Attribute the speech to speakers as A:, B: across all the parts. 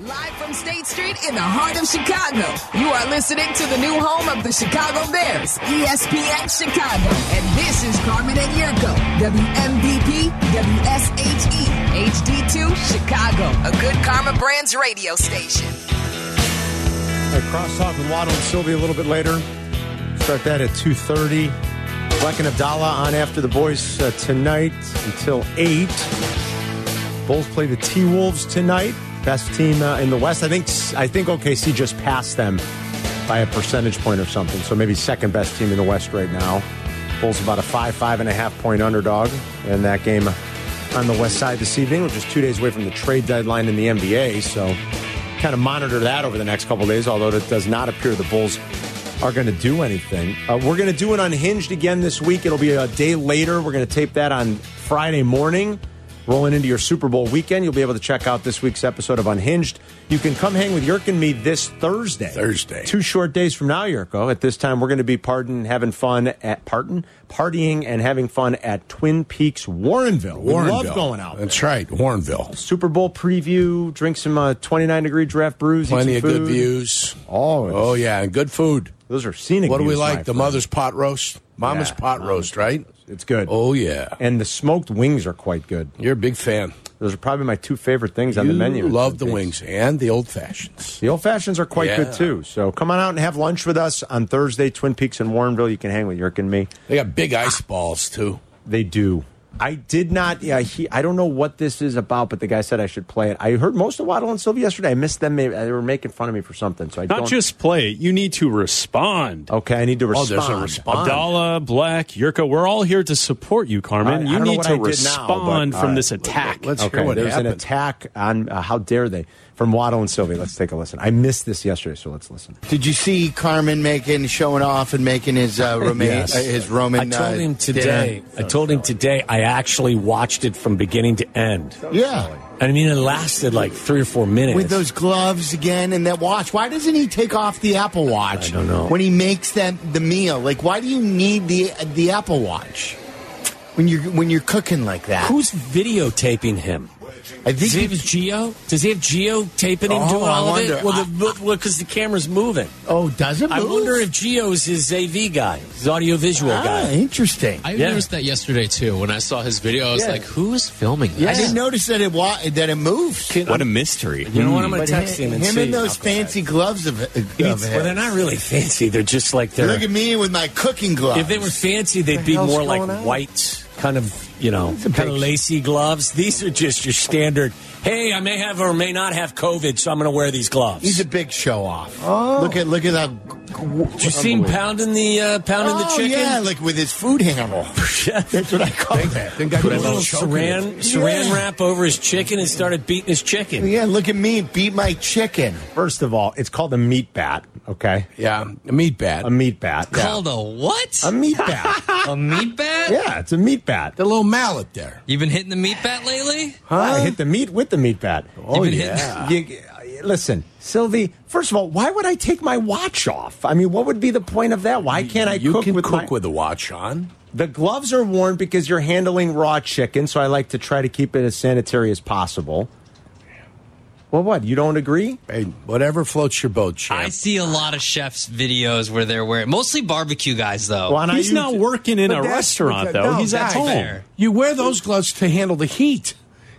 A: Live from State Street in the heart of Chicago, you are listening to the new home of the Chicago Bears, E ESPN Chicago. And this is Carmen and Yurko, WMVP, WSHE, HD2, Chicago, a good Karma Brands radio station.
B: A crosstalk with Waddle and Sylvie a little bit later. Start that at 2.30. Black and Abdallah on after the boys uh, tonight until 8. Bulls play the T-Wolves tonight. Best team uh, in the West. I think I think OKC just passed them by a percentage point or something. So maybe second best team in the West right now. Bulls about a five, five and a half point underdog in that game on the West Side this evening, which is two days away from the trade deadline in the NBA. So kind of monitor that over the next couple of days, although it does not appear the Bulls are going to do anything. Uh, we're going to do an unhinged again this week. It'll be a day later. We're going to tape that on Friday morning. Rolling into your Super Bowl weekend, you'll be able to check out this week's episode of Unhinged. You can come hang with Yurk and me this Thursday.
C: Thursday.
B: Two short days from now, Yurko. At this time, we're going to be pardon, having fun at Parton, partying and having fun at Twin Peaks, Warrenville. We
C: Warrenville.
B: love going out.
C: That's right, Warrenville.
B: Super Bowl preview, drink some uh, 29 degree draft brews, eat
C: Plenty of
B: some
C: good
B: food.
C: views.
B: Oh, it's-
C: oh yeah, and good food.
B: Those are scenic.
C: What do we
B: views, my
C: like? The
B: friend.
C: mother's pot roast, mama's
B: Yeah,
C: pot
B: mama's
C: roast, right?
B: It's good.
C: Oh yeah,
B: And the smoked wings are quite good.
C: you're a big fan.
B: Those are probably my two favorite things on the
C: You
B: menu.
C: Love the wings and the old fashions.
B: The old fashions are quite
C: Yeah.
B: good too. So come on out and have lunch with us on Thursday, Twin Peaks in Warrenville. You can hang with Yerk and me.
C: They got big ice balls too.
B: They do. I did not. Yeah, he. I don't know what this is about, but the guy said I should play it. I heard most of Waddle and Sylvie yesterday. I missed them. They they were making fun of me for something. So I
D: Not
B: don't,
D: just play, you need to respond.
B: Okay, I need to
C: Oh, there's
B: respond.
C: a response.
D: Abdallah, Black, Yurka, we're all here to support you, Carmen.
B: All right, I
D: you
B: don't know
D: need
B: what
D: to
B: I did now, but-
D: respond
B: all
D: from
B: right.
D: this attack.
C: Let's
B: Okay,
C: hear what
B: there's
C: happened.
B: an attack on uh, how dare they from Waddle and Sylvie. Let's take a listen. I missed this yesterday, so let's listen.
E: Did you see Carmen making showing off and making his uh, Roman
F: Yes.
E: uh, his Roman?
F: I told
E: uh,
F: him today.
E: dinner?
F: I told him today. I actually watched it from beginning to end.
E: Yeah,
F: I mean, it lasted like three or four minutes.
E: with those gloves again and that watch. Why doesn't he take off the Apple Watch?
F: I don't know.
E: When he makes that the meal, like why do you need the the Apple Watch when you're when you're cooking like that?
F: Who's videotaping him?
E: I think
F: Does he
E: he-
F: have Geo? Does he have Geo taping him
E: Oh,
F: doing
E: I
F: all of
E: wonder.
F: it? Well, because well, 'cause the camera's moving.
E: oh, does it?
F: I
E: move?
F: wonder if Geo's his AV guy, his audio visual
E: Ah,
F: guy.
E: interesting.
G: I
F: Yeah.
G: noticed that yesterday too. When I saw his video, I was
B: Yeah.
G: like, "Who's filming this?"
E: I didn't notice that it wa- that it moves.
H: What a mystery.
F: You know what? I'm going
E: But
F: to text him,
E: him,
F: and see.
E: and those
F: I'll go
E: fancy gloves of, of
F: back.
E: his.
F: Well, they're not really fancy. They're just like they're.
E: Look at me with my cooking gloves.
F: If they were fancy, they'd be
B: hell's
F: more
B: going
F: like
B: on?
F: white, kind of, you know, kind of
E: big-
F: lacy gloves. These are just your standard. Hey, I may have or may not have COVID, so I'm going to wear these gloves.
E: He's a big show off. Oh. Look at look at that.
F: Did you see him pounding the uh, pounding the
E: oh,
F: chicken?
E: yeah, like with his food handle. That's what I call it.
C: Then got
F: Put a
C: good
F: little
C: old choking
F: saran
C: it.
F: saran
E: Yeah.
F: wrap over his chicken and started beating his chicken.
E: Yeah, look at me beat my chicken.
B: First of all, Uh, it's called a meat bat. Okay,
C: Yeah, a meat bat.
B: a meat bat. Yeah.
G: Called a what?
B: a meat bat.
G: A meat bat?
B: yeah, it's a meat bat.
C: the little mallet there.
G: You been hitting the meat bat lately?
B: Wow, I hit the meat with the meat bat. Oh
G: been hitting-
B: You- listen, Sylvie. First of all, why would I take my watch off? I mean, what would be the point of that? Why can't I
C: you
B: cook
C: can
B: with
C: cook
B: my-
C: with a watch on.
B: The gloves are worn because you're handling raw chicken, so I like to try to keep it as sanitary as possible. Well, what? You don't agree?
C: Hey, whatever floats your boat, champ.
G: I see a lot of chefs' videos where they're wearing mostly barbecue guys though.
B: Well, and I
D: He's
B: use-
D: not working in
B: But
D: a
B: that's-
D: restaurant,
B: but
D: though.
B: no,
D: He's at
B: that's
D: home.
G: fair.
C: You wear those gloves to handle the heat.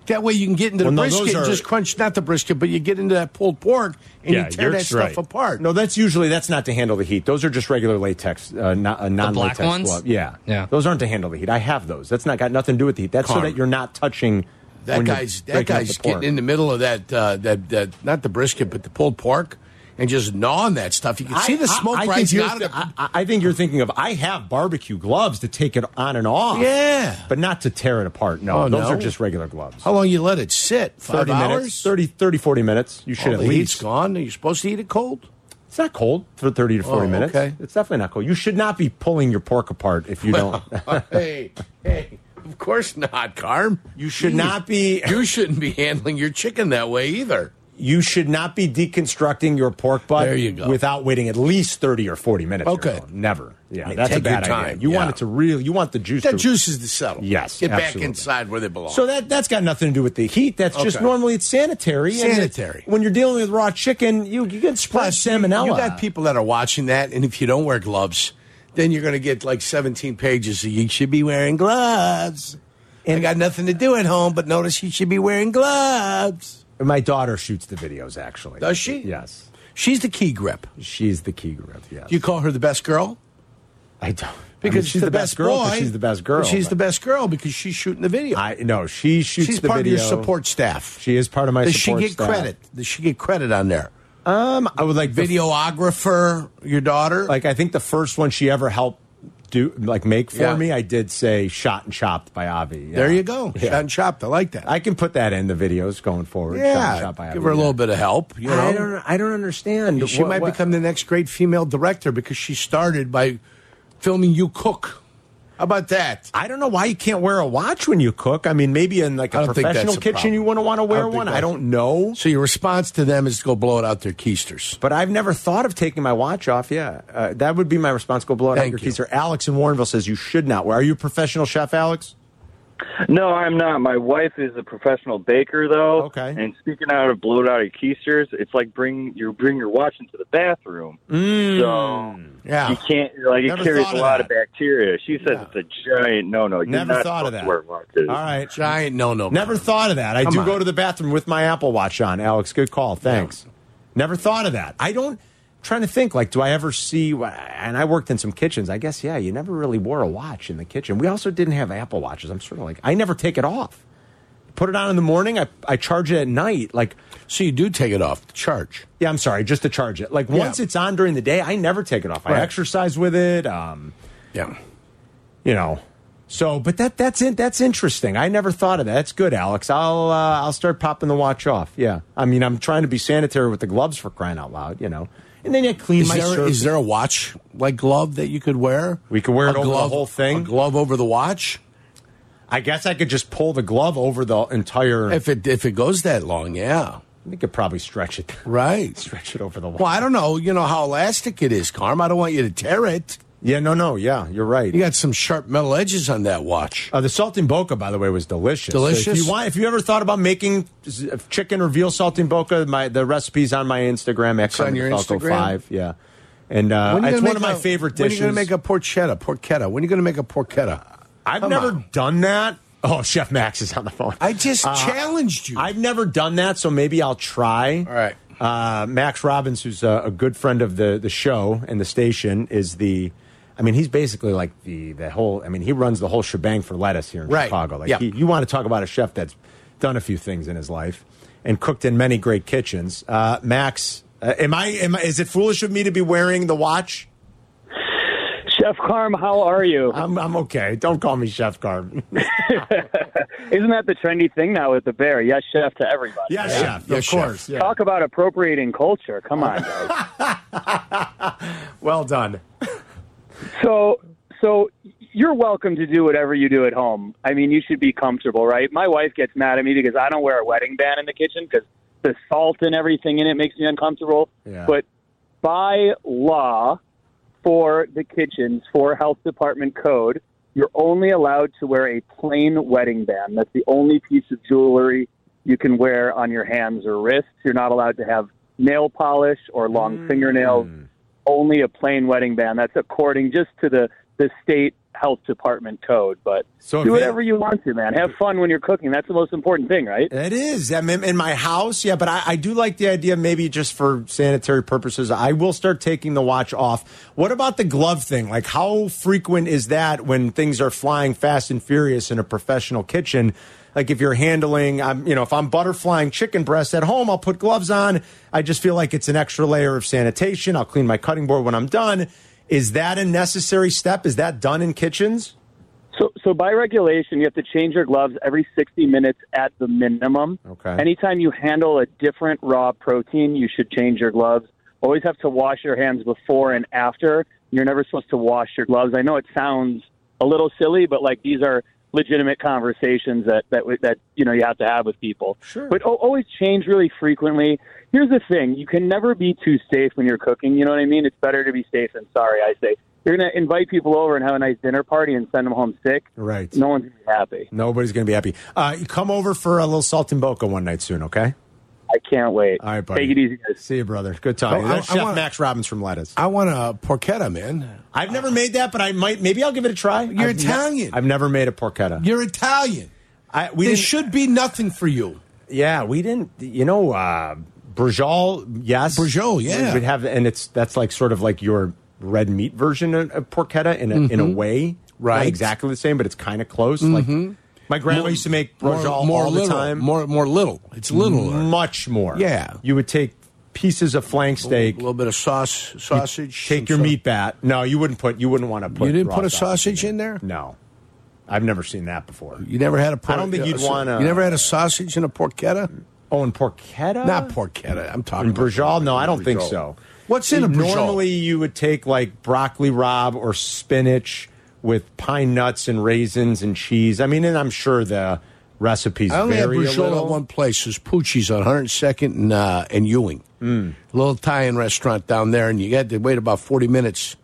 C: That way you can get into
B: Well,
C: the
B: no, those
C: brisket, and
B: are-
C: just crunch not the brisket, but you get into that pulled pork and
D: Yeah,
C: you tear that
D: Yerk's
C: stuff
D: right.
C: apart.
B: No, that's usually that's not to handle the heat. Those are just regular latex, uh, not uh, non latex
G: ones?
B: glove. Yeah,
G: Yeah.
B: Those aren't to handle the heat. I have those. That's not got nothing to do with the heat. That's so
C: Carm.
B: that you're not touching.
C: that
B: when you're
C: guy's that
B: breaking up
C: guy's
B: the pork.
C: getting in the middle of that uh, that that not the brisket, but the pulled pork, and just gnawing that stuff. You can see the smoke
B: think
C: rising
B: you're-
C: out of the.
B: I, I- I think you're thinking of I have barbecue gloves to take it on and off.
C: Yeah.
B: but not to tear it apart. No,
C: Oh,
B: those
C: no?
B: are just regular gloves.
C: how long you let it sit? Five
B: 30
C: hours?
B: minutes, 30, 30, 40 minutes. You should
C: All
B: at
C: the heat's
B: least.
C: gone. You're supposed to eat it cold.
B: It's not cold for 30 to 40
C: Oh,
B: minutes.
C: okay.
B: It's definitely not cold. You should not be pulling your pork apart if you don't.
C: hey, hey, of course not, Carm.
B: You should not be.
C: You shouldn't be handling your chicken that way either.
B: you should not be deconstructing your pork butt
C: There you go.
B: without waiting at least 30 or 40 minutes. or
C: Okay.
B: so. Never. Yeah,
C: Yeah,
B: that's a
C: take your
B: bad idea.
C: time.
B: You want
C: Yeah.
B: it to really, you want the juice
C: That
B: to
C: juice is to settle.
B: Yes,
C: Get back
B: absolutely.
C: inside where they belong.
B: So that that's got nothing to do with the heat. That's just
C: Okay.
B: normally it's sanitary. and it-
C: Sanitary.
B: when you're dealing with raw chicken, you you get spread
C: Plus, you-
B: salmonella.
C: You got people that are watching that, and if you don't wear gloves, then you're going to get like 17 pages. Of, you should be wearing gloves. I
B: And-
C: got nothing to do at home, but notice you should be wearing gloves.
B: My daughter shoots the videos. Actually,
C: Does she?
B: Yes,
C: She's the key grip.
B: she's the key grip. Yes,
C: Do you call her the best girl?
B: I don't I
C: Because
B: mean, she's the, best, girl. 'cause
C: boy,
B: She's the best girl.
C: but She's the
B: but
C: best girl because she's shooting the video.
B: I no, she shoots
C: she's
B: the
C: part
B: video.
C: of your support staff.
B: She is part of my
C: Does
B: support
C: she get
B: staff.
C: credit? Does she get credit on there?
B: Um, I would like the-
C: Videographer, your daughter.
B: like I think the first one she ever helped do like make for
C: Yeah.
B: me, I did say "Shot and Chopped" by Avi. Yeah.
C: there you go.
B: Yeah.
C: Shot and chopped. I like that.
B: I can put that in the videos going forward. Shot
C: yeah,
B: and Chopped by
C: give
B: Avi,
C: her a
B: yeah.
C: little bit of help. You know,
B: I don't. I don't understand.
C: She
B: What-
C: might
B: what-
C: become the next great female director because she started by filming you cook. How about that?
B: I don't know why you can't wear a watch when you cook. I mean, maybe in like
C: I
B: a
C: don't think that's
B: professional
C: a
B: kitchen,
C: problem.
B: you want to want to
C: I
B: wear
C: don't think
B: one. I
C: that's-
B: don't know,
C: So your response to them is to go blow it out their keisters.
B: but I've never thought of taking my watch off. Yeah, uh, that would be my response. Go blow it out
C: Thank
B: your
C: you.
B: keys. Or Alex in Warrenville says you should not wear. Are you a professional chef, Alex?
H: No, I'm not. My wife is a professional baker, though.
B: Okay.
H: And speaking out of bloated out of keisters, it's like bring you bring your watch into the bathroom. So
C: Yeah.
H: you can't like
B: Mm. Never
H: it carries
B: thought
H: a
B: of
H: lot of,
B: that.
H: bacteria. She says it's a giant no no.
B: Never thought of that.
H: Wear watches.
B: All right,
C: Giant no no.
B: never thought of that. I
C: Come
B: do
C: on.
B: go to the bathroom with my Apple Watch on. Alex, good call. Thanks. Never thought of that. I don't. Trying to think, like, do I ever see? And I worked in some kitchens. I guess, yeah, you never really wore a watch in the kitchen. We also didn't have Apple Watches. I'm sort of like, I never take it off. Put it on in the morning. I, I charge it at night. Like,
C: So you do take it off the charge.
B: yeah, I'm sorry, just to charge it. Like, once it's on during the day, I never take it off. I
C: Right.
B: exercise with it. Um,
C: Yeah.
B: you know. So, but that that's it. That's interesting. I never thought of that. That's good, Alex. I'll uh, I'll start popping the watch off. Yeah, I mean, I'm trying to be sanitary with the gloves for crying out loud, you know. And then you clean
C: Is
B: my
C: there,
B: surface.
C: is there a watch like glove that you could wear?
B: We could wear it
C: A
B: over the whole thing?
C: A glove over the watch.
B: I guess I could just pull the glove over the entire.
C: If it if it goes that long, yeah.
B: we could probably stretch it,
C: Right.
B: stretch it over the wall.
C: Well, I don't know. You know how elastic it is, Carm. I don't want you to tear it.
B: Yeah, no, no, yeah, you're right.
C: You got some sharp metal edges on that watch.
B: Uh, the salting boca, by the way, was delicious. So if
C: Delicious?
B: you want, if you ever thought about making z- uh, chicken or veal salting boca, my the recipe's on my Instagram at
C: It's on your
B: Carmenfalco
C: Instagram?
B: Five. Yeah, and uh,
C: When you
B: it's
C: gonna
B: one of
C: make
B: my
C: a-
B: favorite
C: When
B: dishes.
C: are you going to make a porchetta? Porchetta. When are you going to make a porchetta?
B: I've
C: Come
B: never
C: on.
B: done that. Oh, Chef Max is on the phone. Uh,
C: I just challenged you.
B: I've never done that, so maybe I'll try.
C: All right.
B: Uh, Max Robbins, who's a, a good friend of the the show and the station, is the. I mean, he's basically like the the whole. I mean, he runs the whole shebang for lettuce here in
C: Right.
B: Chicago. Like,
C: Yeah.
B: he, you want to talk about a chef that's done a few things in his life and cooked in many great kitchens. Uh, Max, uh, am I? Am I, is it foolish of me to be wearing the watch?
H: Chef Carm, how are you?
B: I'm I'm okay. Don't call me Chef Carm.
H: Isn't that the trendy thing now with the bear? Yes, chef to everybody.
B: yes, Chef.
C: Yes,
B: of
C: Chef.
B: course. Yeah.
H: Talk about appropriating culture. Come on, guys.
B: Well done.
H: So, so you're welcome to do whatever you do at home. I mean, you should be comfortable, right? My wife gets mad at me because I don't wear a wedding band in the kitchen because the salt and everything in it makes me uncomfortable.
B: Yeah.
H: But by law, for the kitchens, for health department code, you're only allowed to wear a plain wedding band. That's the only piece of jewelry you can wear on your hands or wrists. You're not allowed to have nail polish or long fingernails. Only a plain wedding band. That's according just to the the state health department code. But
B: So
H: do
B: if-
H: whatever you want to, man. Have fun when you're cooking. That's the most important thing, right?
B: It is. I mean, in my house, yeah, but I, I do like the idea, maybe just for sanitary purposes. I will start taking the watch off. What about the glove thing? Like, how frequent is that when things are flying fast and furious in a professional kitchen? Like, if you're handling, I'm, you know, if I'm butterflying chicken breasts at home, I'll put gloves on. I just feel like it's an extra layer of sanitation. I'll clean my cutting board when I'm done. Is that a necessary step? Is that done in kitchens?
H: So, so by regulation, you have to change your gloves every 60 minutes at the minimum.
B: Okay.
H: Anytime you handle a different raw protein, you should change your gloves. Always have to wash your hands before and after. You're never supposed to wash your gloves. I know it sounds a little silly, but like these are legitimate conversations that that we- that you know you have to have with people. Sure. But al- always change really frequently. Here's the thing: you can never be too safe when you're cooking. You know what I mean? It's better to be safe than sorry. I say you're going to invite people over and have a nice dinner party and send them home sick.
B: Right.
H: No one's going to be happy.
B: Nobody's going to be happy. Uh, you come over for a little salt and boca one night soon, okay?
H: I can't wait.
B: All right, buddy.
H: Take it easy, guys.
B: See you, brother. Good talking.
C: Oh, I-
B: That's
C: I
B: Chef
C: wanna-
B: Max Robbins from Lettuce.
C: I want a porchetta, man.
B: I've never made that, but I might. Maybe I'll give it a try.
C: You're
B: I've ne-
C: Italian.
B: I've never made a porchetta.
C: You're Italian.
B: I, we
C: there
B: didn't,
C: should be nothing for you.
B: yeah, we didn't. You know, uh, Brujol, yes,
C: Brujol, yeah.
B: we have, and it's that's like sort of like your red meat version of, of porchetta in a, in a way,
C: Mm-hmm. Right. Mm-hmm.
B: Not exactly the same, but it's kind of close. Like my grandma used to make brujol
C: more, more
B: all
C: little,
B: the time,
C: More, more little. It's littler.
B: much more.
C: Yeah.
B: you would take pieces of flank
C: A
B: steak.
C: little bit of sauce, sausage.
B: Take
C: and
B: your
C: some-
B: meat bat. No, you wouldn't put. You wouldn't want to put.
C: You didn't
B: raw
C: put a sausage in there.
B: No, I've never seen that before.
C: You never had a
B: I don't think
C: uh,
B: you'd
C: so-
B: wanna-
C: You never had a sausage and a porchetta?
B: Oh, and porchetta?
C: Not porchetta. I'm talking
B: And
C: about-
B: brujol? No, I don't think
C: Brujol.
B: so.
C: What's in a brujol?
B: Normally, you would take like broccoli rob or spinach with pine nuts and raisins and cheese. I mean, and I'm sure the recipes
C: I only had
B: vary a
C: brujol
B: little.
C: at one place. It's Pucci's on 102nd and, uh, and Ewing.
B: Mm.
C: A little Italian restaurant down there, and you had to wait about 40 minutes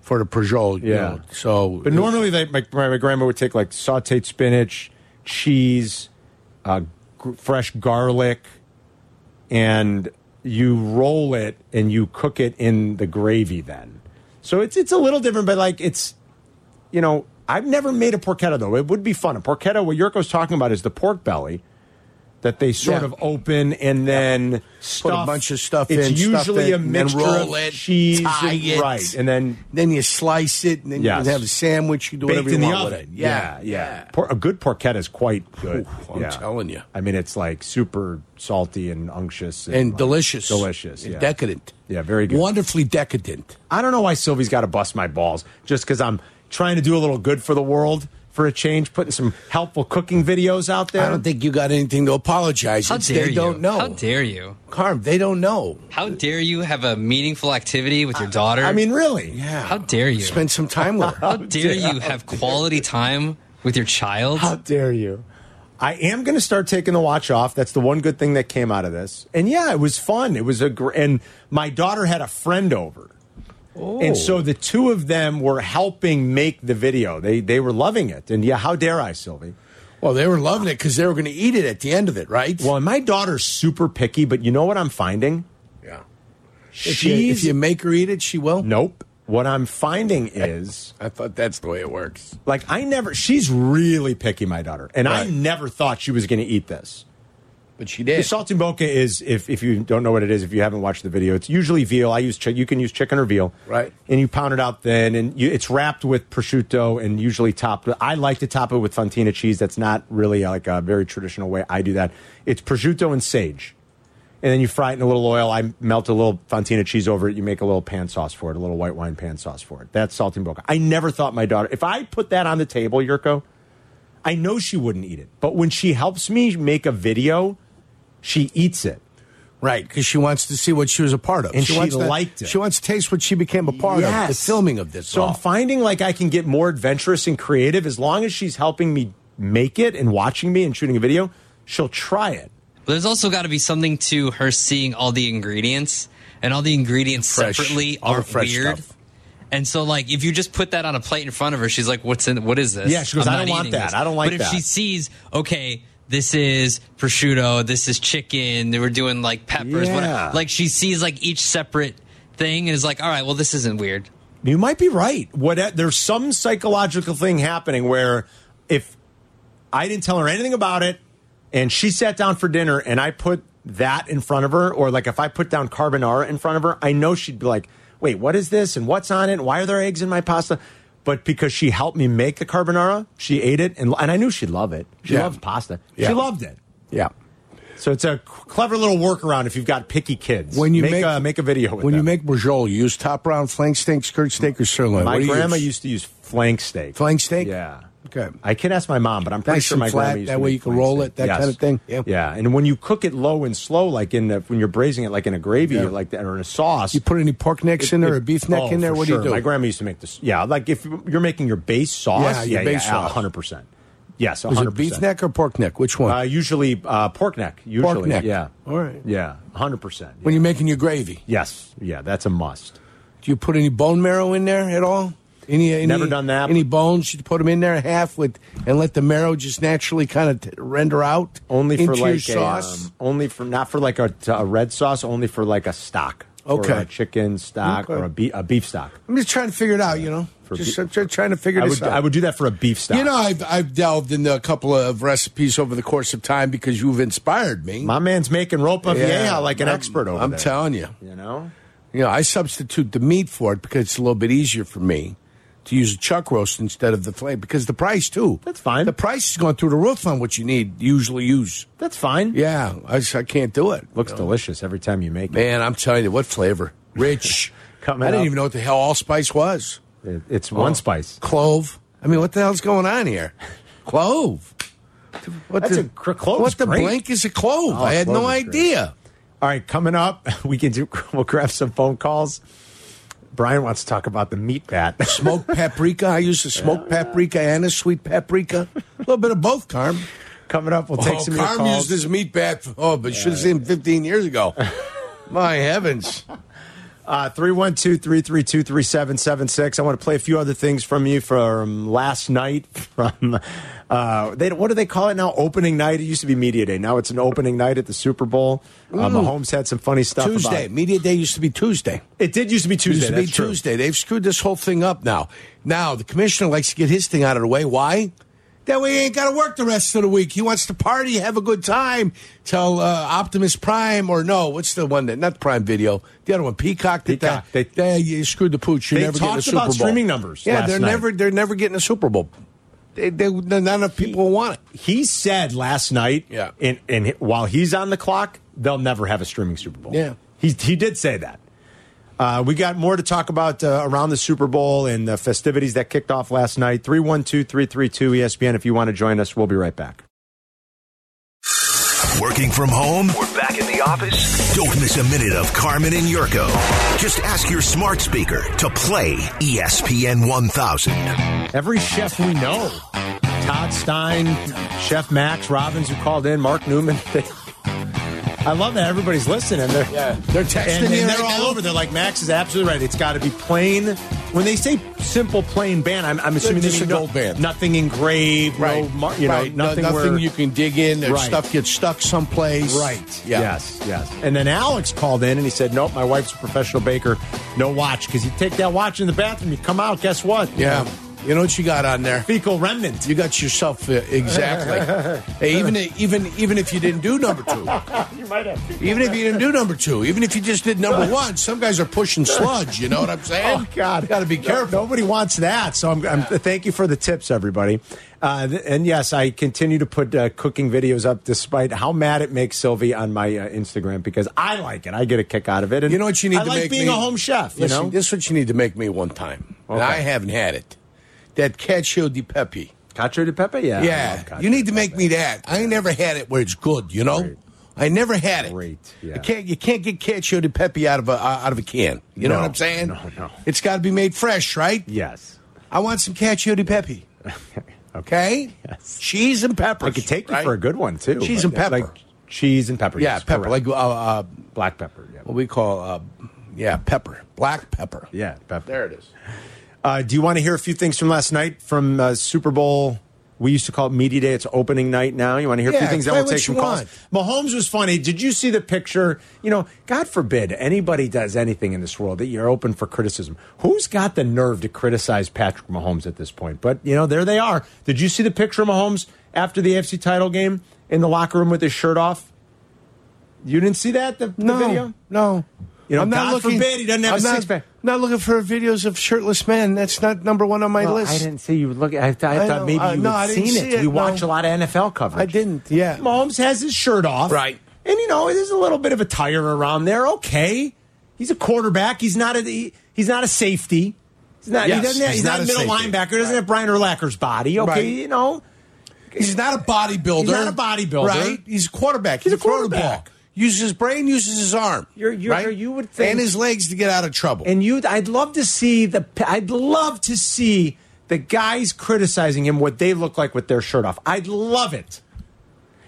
C: for the brujol. you
B: Yeah.
C: know, so
B: but normally, they, my, my my grandma would take like sautéed spinach, cheese, uh, gr- fresh garlic, and you roll it and you cook it in the gravy. Then, so it's it's a little different, but like it's you know, I've never made a porchetta though. It would be fun. A porchetta, what Yurko's talking about is the pork belly that they sort
C: Yeah.
B: of open and then stuff.
C: bunch of stuff
B: it's
C: in, stuff
B: usually
C: it,
B: a
C: and then
B: mixture
C: roll
B: of
C: it,
B: cheese
C: tie
B: and
C: it.
B: right, and then
C: then you slice it, and then
B: Yes.
C: you can have a sandwich. You do
B: baked
C: whatever you
B: in the
C: want with
B: oven.
C: it.
B: yeah, yeah. Por- a good porchetta is quite good.
C: Oof, I'm
B: Yeah.
C: telling you.
B: I mean, it's like super salty and unctuous and,
C: And
B: like,
C: delicious.
B: delicious,
C: And
B: yeah.
C: decadent.
B: Yeah, very good.
C: Wonderfully decadent.
B: I don't know why Sylvie's got to bust my balls just because I'm trying to do a little good for the world for a change, putting some helpful cooking videos out there.
C: I don't think you got anything to apologize.
G: How
C: It's
G: dare
C: they
G: you?
C: don't know.
G: How dare you?
C: Carm, they don't know.
G: How dare you have a meaningful activity with your daughter?
B: I mean, really?
C: Yeah.
G: How dare you?
C: Spend some time with
G: How
C: her.
G: dare you have quality time with your child?
B: How dare you? I am going to start taking the watch off. That's the one good thing that came out of this. And yeah, it was fun. It was a gr- and my daughter had a friend over. And
C: Oh.
B: so the two of them were helping make the video. They they were loving it. And yeah, how dare I, Sylvie?
C: well, they were loving it because they were going to eat it at the end of it, right?
B: Well, and my daughter's super picky, but you know what I'm finding?
C: yeah. If you,
B: She's
C: if you make her eat it, she will.
B: nope. What I'm finding is
C: I thought that's the way it works.
B: like I never. She's really picky, my daughter, and I
C: Right.
B: never thought she was going to eat this.
C: But she did.
B: The salted boca is if if you don't know what it is, if you haven't watched the video, it's usually veal. I use chi- you can use chicken or veal,
C: Right.
B: And you pound it out thin, and you, it's wrapped with prosciutto and usually topped. with I like to top it with fontina cheese. That's not really like a very traditional way I do that. It's prosciutto and sage, and then you fry it in a little oil. I melt a little fontina cheese over it. You make a little pan sauce for it, a little white wine pan sauce for it. That's salted boca. I never thought my daughter. If I put that on the table, Yurko, I know she wouldn't eat it. But when she helps me make a video she eats it.
C: right, because she wants to see what she was a part of.
B: And she
C: wants to-
B: liked it.
C: She wants to taste what she became a part of, the filming of this.
B: So
C: all.
B: I'm finding like I can get more adventurous and creative as long as she's helping me make it and watching me and shooting a video. She'll try it.
G: But there's also got to be something to her seeing all the ingredients, and all the ingredients
C: Fresh.
G: separately
C: All the
G: are
C: fresh
G: weird.
C: stuff.
G: And so, like, if you just put that on a plate in front of her, she's like, "What's in? What is this?"
B: Yeah, she goes,
G: I'm
B: "I don't
G: not
B: want
G: eating
B: that.
G: this."
B: I don't like
G: But if
B: that.
G: she sees, okay, this is prosciutto, this is chicken. They were doing like peppers.
B: Yeah.
G: whatever. Like she sees like each separate thing and is like, "All right, well, this isn't weird."
B: You might be right. What there's some psychological thing happening where if I didn't tell her anything about it and she sat down for dinner and I put that in front of her or like if I put down carbonara in front of her, I know she'd be like, "Wait, what is this? And what's on it? And why are there eggs in my pasta?" But because she helped me make the carbonara, she ate it and and I knew she'd love it. She
C: Yeah.
B: loves pasta.
C: Yeah.
B: She loved it.
C: yeah.
B: So it's a clever little workaround if you've got picky kids.
C: When you make,
B: a, make a video with
C: when you
B: them.
C: make brujol, you use top round, flank steak, skirt steak, or sirloin. What
B: my
C: do you
B: grandma
C: use?
B: used to use flank steak.
C: flank steak.
B: Yeah.
C: Okay.
B: I can ask my mom, but I'm pretty
C: Nice
B: sure
C: and
B: my
C: flat,
B: grandma used
C: that
B: to
C: way
B: make
C: you can
B: plain
C: roll
B: steak.
C: it, that kind of thing.
B: Yeah.
C: Yeah.
B: and when you cook it low and slow, like in the, when you're braising it, like in a gravy
C: Yeah.
B: or like that, or in a sauce,
C: You put any pork necks in there, or a beef neck
B: oh,
C: in there.
B: for
C: What do
B: sure.
C: you do?
B: My grandma used to make this. Yeah, like if you're making your base sauce,
C: Yeah, your base sauce.
B: hundred percent. Yes,
C: Was
B: 100%.
C: it beef neck or pork neck? Which one?
B: Uh, usually uh, pork neck. Usually,
C: neck.
B: yeah.
C: All right.
B: Yeah, 100%. Yeah.
C: when you're making your gravy,
B: yes, yeah, that's a must.
C: do you put any bone marrow in there at all? Any, any
B: Never done that.
C: Any bones? You put them in there half with, and let the marrow just naturally kind of t- render out.
B: Only for
C: into
B: like
C: your
B: a,
C: sauce.
B: um, only for not for like a, a red sauce, only for like a stock. or
C: Okay.
B: a chicken stock
C: Okay.
B: or a, be- a beef stock.
C: I'm just trying to figure it out. You know,
B: For
C: just
B: be-
C: I'm try- trying to figure
B: I
C: this
B: would,
C: out.
B: I would do that for a beef stock.
C: You know, I've I've delved into a couple of recipes over the course of time because you've inspired me.
B: my man's making ropa
C: Yeah,
B: vieja like an
C: I'm-
B: expert over
C: I'm
B: there.
C: telling you.
B: you know.
C: You know, I substitute the meat for it because it's a little bit easier for me to use a chuck roast instead of the filet because the price too.
B: That's fine.
C: The price has gone through the roof on what you need usually use.
B: That's fine.
C: Yeah, I, just- I can't do it.
B: Looks delicious every time you make it.
C: Man, I'm telling you, what flavor? Rich.
B: Coming
C: I didn't
B: up.
C: even know what the hell allspice was.
B: It- It's one
C: Oh.
B: spice.
C: Clove. I mean, what the hell's going on here? Clove. What
B: That's
C: the,
B: a cr- clove's
C: What the
B: great. Oh,
C: blank is a clove? I had
B: clove
C: no
B: is great.
C: idea.
B: All right, coming up, we can do. We'll grab some phone calls. Brian wants to talk about the meat bat.
C: Smoked paprika. I use the smoked paprika and a sweet paprika. A little bit of both, Carm.
B: coming up, we'll take
C: oh,
B: some of your
C: Carm
B: calls.
C: used his meat bat. For, oh, but should have seen him 15 years ago. My heavens.
B: Uh, Three one two three three two three seven seven six. I want to play a few other things from you from last night. From uh, they what do they call it now? Opening night. It used to be media day. Now it's an opening night at the Super Bowl. Uh, Mahomes had some funny stuff. about
C: Tuesday.
B: it.
C: Media day used to be Tuesday.
B: it did used to be Tuesday.
C: It used
B: that's
C: to be
B: true.
C: Tuesday. They've screwed this whole thing up now. Now the commissioner likes to get his thing out of the way. Why? That way he ain't got to work the rest of the week. He wants to party, have a good time. Tell uh, Optimus Prime or no, what's the one that not Prime Video? The other one, Peacock. That
B: Peacock.
C: They,
B: They-
C: they- you screwed the pooch. You're
B: They
C: never getting a
B: talked
C: Super
B: about
C: Bowl.
B: streaming numbers
C: Yeah,
B: last
C: they're
B: night.
C: never they're never getting a Super Bowl. They, they, not enough people want it.
B: He said last night.
C: Yeah.
B: And and he- while he's on the clock, they'll never have a streaming Super Bowl.
C: Yeah.
B: He he did say that. Uh, we got more to talk about uh, around the Super Bowl and the festivities that kicked off last night. 312 332 ESPN. If you want to join us, we'll be right back.
I: Working from home?
J: We're back in the office.
I: Don't miss a minute of Carmen and Yurko. Just ask your smart speaker to play E ESPN 1000.
B: Every chef we know Todd Stein, Chef Max Robbins, who called in, Mark Newman. They- I love that everybody's listening. They're,
C: They're texting
B: and, and
C: me
B: they're
C: right
B: all
C: now.
B: over. They're like, Max is absolutely right. It's got to be plain. When they say simple, plain band, I'm, I'm assuming
C: Just
B: they mean
C: a
B: no,
C: gold band.
B: nothing engraved, no, mar- you know,
C: right. No-
B: nothing, where-
C: you can dig in. Their
B: Right.
C: stuff gets stuck someplace.
B: Right.
C: Yeah.
B: Yes. Yes. And then Alex called in and he said, "Nope, my wife's a professional baker. No watch because you take that watch in the bathroom, you come out. Guess what?
C: Yeah. You know what you got on there?
B: fecal remnant.
C: You got yourself uh, exactly. Hey, even even even if you didn't do number two, you might have. Even if you didn't do number two, even if you just did number one, some guys are pushing sludge. You know what I'm saying?
B: Oh God,
C: got to be
B: No-
C: careful.
B: nobody wants that. So I'm, I'm thank you for the tips, everybody. Uh, th- and yes, I continue to put uh, cooking videos up, despite how mad it makes Sylvie on my uh, Instagram because I like it. I get a kick out of it. And
C: You know what you need
B: I
C: to
B: like
C: make
B: being
C: me?
B: a home chef. You
C: Listen,
B: know,
C: this is what you need to make me one time, and I haven't had it. That cacio di pepe.
B: cacio di pepe. Yeah, I
C: Yeah,
B: love cacio
C: you need to
B: di
C: make
B: pepe.
C: me that. I ain't never had it where it's good. You know,
B: Great.
C: I never had it.
B: Great, yeah.
C: You can't you can't get cacio di pepe out of a uh, out of a can. You know
B: No,
C: what I'm saying?
B: no, no.
C: It's got to be made fresh, right?
B: Yes.
C: I want some cacio di pepe. Okay.
B: Yes.
C: Cheese and pepper.
B: I could take you
C: right?
B: for a good one too.
C: Cheese
B: but-
C: and pepper.
B: like cheese and pepper.
C: Yeah,
B: yes,
C: pepper.
B: correct.
C: Like uh, uh,
B: black pepper. Yeah,
C: what we call uh, yeah pepper, black pepper.
B: yeah, pepper.
C: There it is.
B: Uh, do you want to hear a few things from last night from uh, Super Bowl? We used to call it Media Day. It's opening night now. You want to hear a few
C: Yeah,
B: things? Then
C: play
B: we'll
C: what
B: take
C: you
B: some calls. Mahomes was funny. Did you see the picture? You know, God forbid anybody does anything in this world that you're open for criticism. Who's got the nerve to criticize Patrick Mahomes at this point? But you know, there they are. Did you see the picture of Mahomes after the AFC title game in the locker room with his shirt off? You didn't see that the, the
C: No,
B: video?
C: no.
B: You know, God forbid he doesn't have
C: I'm
B: a
C: not-
B: six-pack.
C: Not looking for videos of shirtless men. That's not number one on my
B: Well,
C: list.
B: I didn't see you look. I, I thought
C: know,
B: maybe
C: I-
B: you
C: no, I
B: had
C: didn't
B: seen it.
C: see it,
B: We
C: no.
B: watch a lot of NFL coverage.
C: I didn't, yeah.
B: Mahomes has his shirt off.
C: Right.
B: And you know, there's a little bit of a tire around there. Okay. He's a quarterback. He's not a he- he's not a safety. He's not he
C: Yes,
B: doesn't have,
C: he's
B: he's, not,
C: not
B: a
C: a
B: middle
C: safety.
B: linebacker. He doesn't have Brian Urlacher's body. Okay,
C: Right.
B: you know.
C: He's not a bodybuilder.
B: He's not a bodybuilder.
C: Right? He's a quarterback.
B: He's
C: He
B: a
C: can throw the
B: quarterback.
C: ball. Uses his brain, uses his arm.
B: You're- you're-
C: right?
B: you would think-
C: And his legs to get out of trouble.
B: And you I'd love to see the I'd love to see The guys criticizing him what they look like with their shirt off. I'd love it.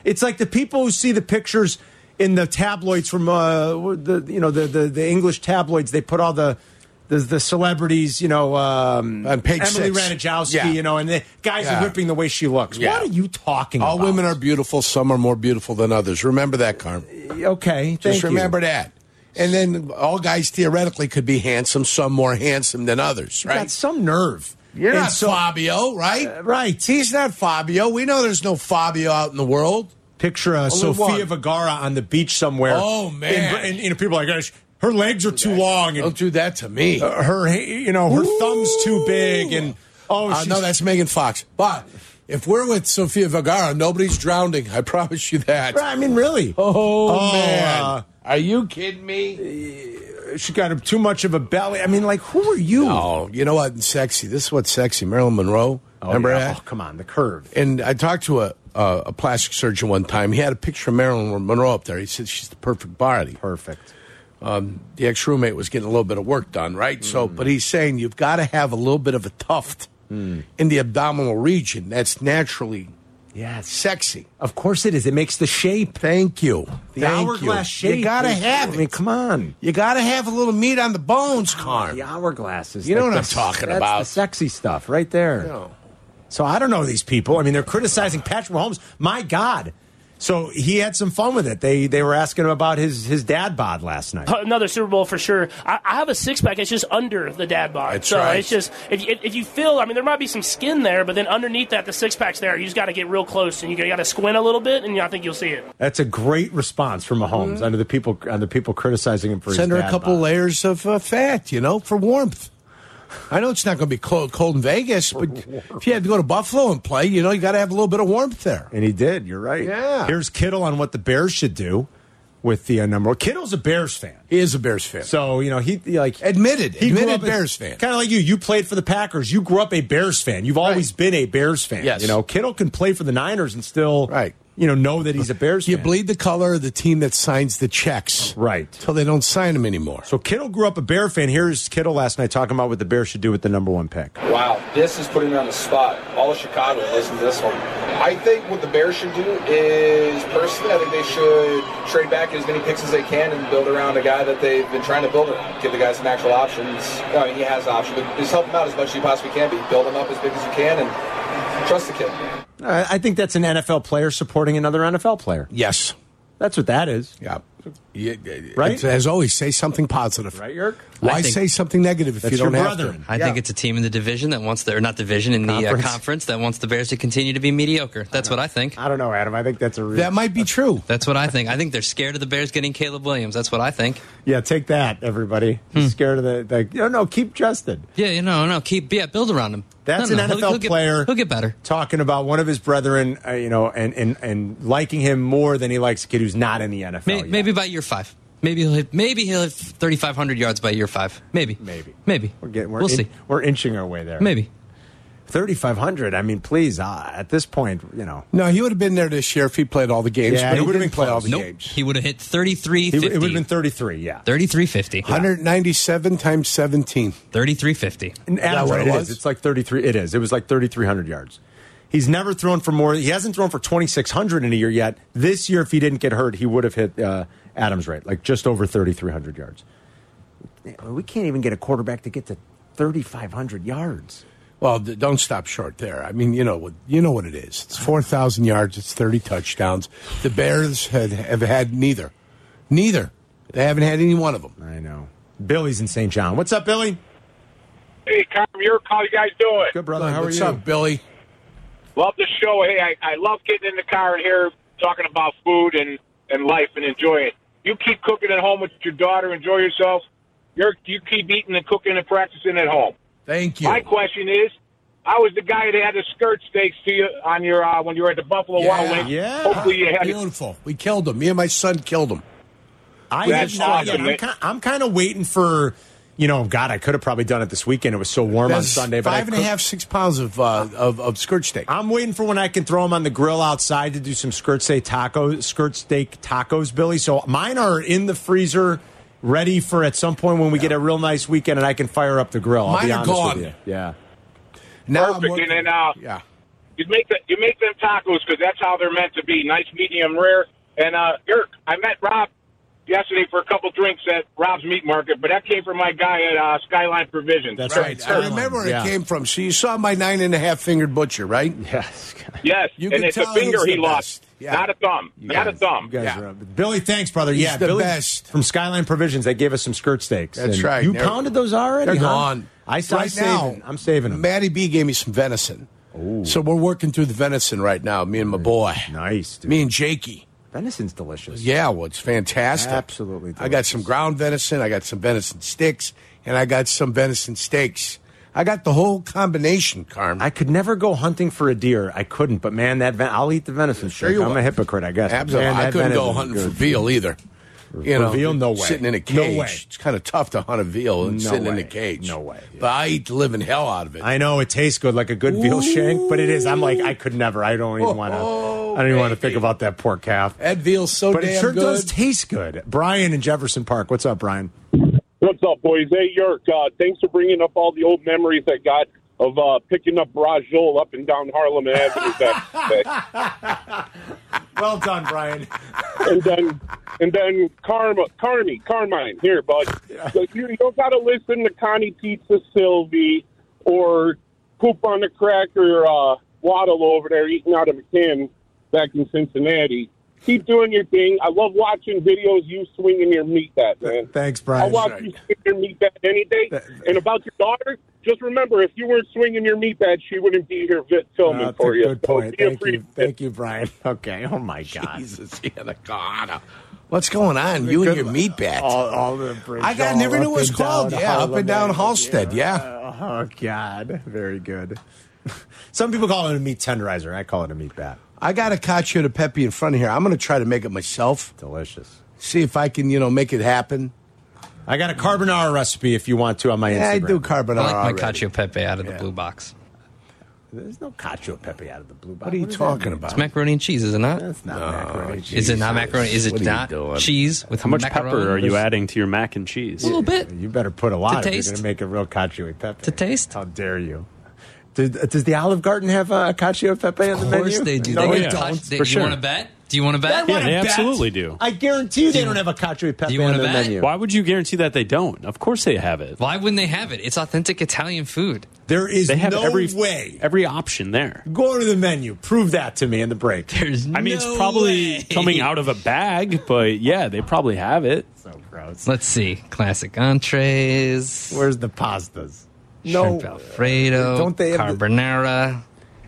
B: It's like the people who see the pictures in the tabloids from uh, the you know the, the the English tabloids. They put all the the, the celebrities, you know, um,
C: On page
B: Emily
C: six.
B: Ratajkowski,
C: Yeah.
B: you know, and the guys
C: Yeah.
B: are ripping the way she looks.
C: Yeah.
B: What are you talking
C: All
B: about?
C: women are beautiful. Some are more beautiful than others. Remember that, Carm.
B: okay. Thank
C: Just remember
B: you.
C: that. And then all guys theoretically could be handsome. Some more handsome than others,
B: You
C: right? Uh,
B: got some nerve.
C: You're
B: And
C: not
B: so-
C: Fabio, right?
B: Uh, right.
C: He's not Fabio. We know there's no Fabio out in the world.
B: Picture uh, Sofia
C: one.
B: Vergara on the beach somewhere.
C: Oh, man.
B: And, and, you know, people are like, "Gosh, her legs are too long, and
C: Don't do that to me.
B: uh, her, ha- you know, her
C: Ooh.
B: thumb's too big, and oh,
C: I
B: she's-
C: know Uh, that's Megan Fox. But if we're with Sofia Vergara, nobody's drowning. I promise you that.
B: I mean, really?
C: Oh,
B: Oh,
C: man.
B: uh,
C: are you kidding me?
B: She got a, too much of a belly. I mean, like, who are you?
C: Oh, you know what? Sexy. This is what's sexy. Marilyn Monroe.
B: Oh,
C: Remember
B: yeah.
C: that?
B: Oh, come on, the curve.
C: And I talked to a, uh, a plastic surgeon one time. He had a picture of Marilyn Monroe up there. He said she's the perfect body. Um,
B: Perfect.
C: The ex roommate was getting a little bit of work done, right? So,
B: Mm.
C: but he's saying you've got to have a little bit of a tuft in the abdominal region. That's naturally
B: Yes.
C: sexy.
B: Of course it is. It makes the shape.
C: Thank you.
B: The
C: Thank
B: hourglass
C: you.
B: shape.
C: You gotta
B: is-
C: have
B: I mean,
C: it.
B: come on.
C: You gotta have a little meat on the bones, Carm.
B: The hourglass is.
C: You know
B: like
C: what
B: the-
C: I'm talking
B: that's
C: about.
B: The sexy stuff, right there. So I don't know these people. I mean, they're criticizing Patrick Mahomes. My God. So he had some fun with it. They they were asking him about his his dad bod last night.
J: another Super Bowl for sure. I, I have a six pack. It's just under the dad bod.
C: That's
J: so
C: right.
J: it's just if, if, if you feel, I mean, there might be some skin there, but then underneath that, the six pack's there. You just got to get real close and you got to squint a little bit, and I think you'll see it.
B: That's a great response from Mahomes under the people under people criticizing him for
C: Mm-hmm. Send
B: his
C: her a
B: dad
C: couple
B: bod.
C: layers of uh, fat, you know, for warmth. I know it's not going to be cold, cold in Vegas, but if you had to go to Buffalo and play, you know, you got to have a little bit of warmth there.
B: And he did. You're right.
C: Yeah.
B: Here's Kittle on what the Bears should do with the uh, number. one. Kittle's a Bears fan,
C: He is a Bears fan.
B: so you know he he, like
C: admitted,
B: he
C: admitted Bears fan.
B: Kind of like you. You played for the Packers. You grew up a Bears fan. You've always been a Bears fan.
C: Yes.
B: You know Kittle can play for the Niners and still
C: Right.
B: You know know that he's a Bears.
C: You
B: fan.
C: bleed the color of the team that signs the checks,
B: Right.
C: Till they don't sign them anymore.
B: So Kittle grew up a Bear fan. Here's Kittle last night talking about what the Bears should do with the number one pick.
K: Wow, this is putting me on the spot. All of Chicago listen to this one. I think what the Bears should do is, personally, I think they should trade back as many picks as they can and build around a guy that they've been trying to build around. Give the guy some actual options. I mean, he has options, but just help him out as much as you possibly can. But build him up as big as you can and trust the kid.
B: Uh, I I think that's an NFL player supporting another NFL player.
C: Yes.
B: That's what that is.
C: Yeah. Yeah, yeah,
B: Right?
C: it's- As always, say something positive.
B: Right, Yerk?
C: Why
G: I think-
C: say something negative if
B: That's
C: you don't
B: your
C: have to?
B: brethren.
G: I think it's a team in the division that wants the, or not division in the
B: Conference.
G: Uh, conference that wants the Bears to continue to be mediocre. That's what I think.
B: I don't know, Adam. I think that's a real.
C: That might be true.
G: That's what I think. I think they're scared of the Bears getting Caleb Williams. That's what I think.
B: Yeah, take that, everybody.
G: Hmm.
B: Scared of the, the oh, no, no, keep Justin.
G: Yeah, you know, no, keep yeah, build around him.
B: That's
G: No, no,
B: an
G: he'll-
B: NFL
G: he'll get-
B: player.
G: He'll get better.
B: Talking about one of his brethren, uh, you know, and, and and liking him more than he likes a kid who's not in the NFL.
G: May-
B: yet.
G: Maybe by year five. Maybe he'll hit. Maybe he'll hit thirty five hundred yards by year five. Maybe.
B: Maybe.
G: Maybe.
B: we're getting we're
G: we'll
B: in-
G: see.
B: we're inching our way there.
G: Maybe.
B: thirty five hundred. I mean, please, uh, at this point, you know,
C: No, he would have been there this year if he played all the games.
B: Yeah,
C: but
B: he would've
C: he would have
B: been
C: been play all
B: close.
C: the
G: Nope.
C: games.
G: He would have hit thirty three
B: he, it would have
G: fifty.
B: been thirty three. Yeah,
G: Thirty three fifty.
C: 197 times 17.
G: Thirty three fifty.
B: And Adam's
C: what
B: right,
C: it
B: it
C: was?
B: is. It's like 33. It is. It was like 3,300 yards. He's never thrown for more. He hasn't thrown for 2,600 in a year yet. This year, if he didn't get hurt, he would have hit uh, Adam's right, like just over 3,300 yards. We can't even get a quarterback to get to 3,500 yards.
C: Well, d- don't stop short there. I mean, you know what you know what it is. It's 4,000 yards, it's 30 touchdowns. The Bears had, have had neither. Neither. They haven't had any one of them.
B: I know. Billy's in St. John. What's up, Billy?
K: Hey, Carm, your call. You guys doing?
B: Good brother. How are
C: What's
B: you?
C: up, Billy?
K: Love the show. Hey, I, I love getting in the car and here talking about food and, and life and enjoying it. You keep cooking at home with your daughter. Enjoy yourself. You're, you keep eating and cooking and practicing at home.
C: Thank you.
K: My question is, I was the guy that had the skirt steaks to you on your uh, when you were at the Buffalo Wild Wings.
B: yeah.
K: Hopefully you had it.
C: Beautiful. We killed him. Me and my son killed him.
B: I
K: That's
B: have no idea.
K: awesome,
B: I'm
K: man.
B: ki- I'm kind of waiting for, you know, God, I could have probably done it this weekend. It was so warm on
C: That's
B: Sunday. But
C: five
B: I
C: and a
B: cooked-
C: half, six pounds of uh, of, of skirt steak.
B: I'm waiting for when I can throw them on the grill outside to do some skirt steak tacos, skirt steak tacos, Billy. So mine are in the freezer, ready for at some point when we get a real nice weekend and I can fire up the grill. I'll
C: Mine
B: be
C: are
B: honest
C: gone.
B: with you. Yeah,
C: Now I'm
L: Perfect.
C: working-
L: In and out.
C: Yeah.
L: You make the, you make them tacos because that's how they're meant to be. Nice medium rare. And uh, Eric, I met Rob yesterday for a couple drinks at Rob's Meat Market, but that came from my guy at uh, Skyline Provisions.
C: That's right. I remember where it came from. So you saw my nine and a half fingered butcher, right? Yes.
L: Yes,
C: You
L: and
C: can
L: it's a
C: tell
L: finger
C: he's the
L: he lost,
C: best. Yeah.
L: not a thumb, not a thumb.
B: You guys
L: Yeah.
B: are up. Billy, thanks, brother.
C: He's
B: yeah,
C: the
B: Billy
C: best.
B: from Skyline Provisions. They gave us some skirt steaks.
C: That's
B: And
C: right.
B: You
C: They're-
B: pounded those already?
C: They're
B: huh?
C: gone.
B: I, I
C: right now,
B: saving. I'm saving them.
C: Maddie B gave me some venison. So we're working through the venison right now, me and my boy.
B: Nice, dude.
C: Me and Jakey.
B: Venison's delicious.
C: Yeah, well, it's fantastic.
B: Absolutely
C: I got some ground venison, I got some venison sticks, and I got some venison steaks. I got the whole combination, Carm.
B: I could never go hunting for a deer. I couldn't. But man, that ven- I'll eat the venison.
C: Sure
B: steak.
C: you
B: I'm
C: will.
B: a hypocrite, I guess.
C: Absolutely.
B: Man,
C: I
B: that
C: couldn't go
B: venison's
C: hunting for
B: good.
C: veal either. You know,
B: veal, no way.
C: Sitting in a cage.
B: No way.
C: It's kind of tough to hunt a veal and
B: No
C: sitting in
B: way.
C: a cage. No way. But I eat the living hell out of it.
B: I know it tastes good, like a good veal shank, but it is. I'm like, I could never. I don't even want to. I don't even want to think about that poor calf.
C: Oh, That veal's so
B: but
C: damn
B: it sure
C: good.
B: does taste good. Brian in Jefferson Park. What's up, Brian?
M: What's up, boys? Hey, Yerk, uh, thanks for bringing up all the old memories I got of uh, picking up Brajol up and down Harlem Avenue back in the day.
B: Well done, Brian.
M: and then and then Karma, Carmi, Carmine, here, bud. Like, you, you don't got to listen to Connie Pizza Sylvie or poop on the cracker uh, Waddle over there eating out of a can back in Cincinnati. Keep doing your thing. I love watching videos you swinging your meat bat, man.
B: Thanks, Brian.
M: I'll watch you swing your meat bat any day. and about your daughter, just remember, if you weren't swinging your meat bat, she wouldn't be here vi- filming
B: That's a
M: for you.
B: Uh, good
M: So
B: point.
M: be a
B: Thank you, thank you, Brian. Okay. Oh my God.
C: Jesus, Anaconda. uh, What's going on? You and your meat bat.
B: All, all the
C: I got, never knew it was called. Yeah, up and down Halstead. Yeah.
B: Oh God, very good. Some people call it a meat tenderizer. I call it a meat bat.
C: I got a cacio de pepe in front of here. I'm going to try to make it myself.
B: Delicious.
C: See if I can, you know, make it happen.
B: I got a carbonara recipe if you want to on my
C: Yeah, I
B: Instagram.
C: do carbonara
G: I like
C: already.
G: my cacio pepe out of the blue box.
B: There's no cacio pepe out of the blue box.
C: What are you
B: does that
C: talking
B: mean?
C: about?
G: It's macaroni and cheese, is it not?
B: That's not macaroni. and
G: Is it
B: cheese.
G: not macaroni? Is it
C: What are you doing?
G: not cheese with
F: How much
G: macaroni?
F: pepper are you adding to your mac and cheese?
G: A little bit.
B: You better put a lot.
G: To
B: if
G: taste.
B: You're gonna make a real cacio e pepe.
G: To taste.
B: How dare you? Does, does the Olive Garden have a uh, cacio e pepe on the
G: Of
B: menu?
G: course they do.
B: No,
C: Oh,
G: they
B: they
G: get
B: don't.
G: touched. They-
F: for
G: you
F: sure.
G: want to bet? Do you want to bet?
B: They wanna
F: they
B: bet.
F: absolutely do.
B: I guarantee you they don't have a cacio e pepe
G: you wanna
B: on their
G: bet?
B: menu.
F: Why would you guarantee that they don't? Of course they have it.
G: Why wouldn't they have it? It's authentic Italian food.
B: There is
F: They have
B: no
F: every
B: way.
F: every option there.
B: Go to the menu. Prove that to me in the break.
G: There's
F: I mean,
G: no
F: it's probably
G: way.
F: coming out of a bag, but yeah, they probably have it.
B: so gross.
G: Let's see. Classic entrees.
B: Where's the pastas? Uh,
G: shrimp alfredo.
B: Don't they have the-
G: carbonara,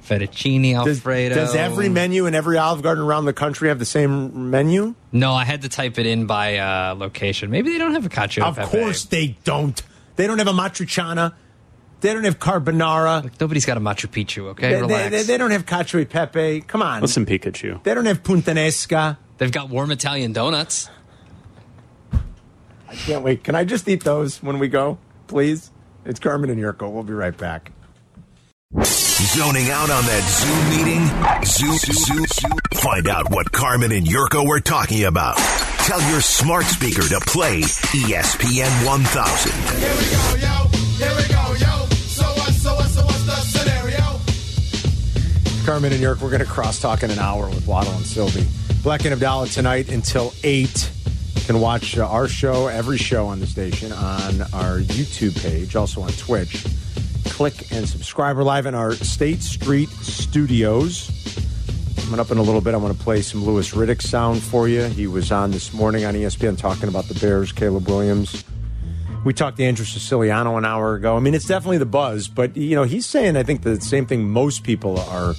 G: fettuccine
B: Does,
G: alfredo?
B: does every menu in every Olive Garden around the country have the same menu?
G: No, I had to type it in by uh, location. Maybe they don't have a cacio. e
B: of
G: pepe.
B: course they don't. They don't have a matriciana. They don't have carbonara.
G: nobody's got a Machu Picchu. Okay,
B: They, they,
G: relax.
B: they, they don't have cacio e pepe. Come on.
F: Listen, Pikachu.
B: They don't have puntanesca.
G: They've got warm Italian donuts.
B: I can't wait. Can I just eat those when we go, please? It's Carmen and Yurko. We'll be right back.
N: Zoning out on that Zoom meeting? Zoom, Zoom, Zoom. Find out what Carmen and Yurko were talking about. Tell your smart speaker to play E ESPN 1000.
O: Here we go, yo. Here we go, yo. So what, so what, so what's the scenario?
B: Carmen and York, we're going to crosstalk in an hour with Waddle and Sylvie. Black and Abdallah tonight until 8. You can watch uh, our show, every show on the station, on our YouTube page, also on Twitch. Click and subscribe. We're live in our State Street studios. Coming up in a little bit, I want to play some Lewis Riddick sound for you. He was on this morning on E ESPN talking about the Bears, Caleb Williams. We talked to Andrew Siciliano an hour ago. I mean, it's definitely the buzz, but you know, he's saying I think the same thing most people are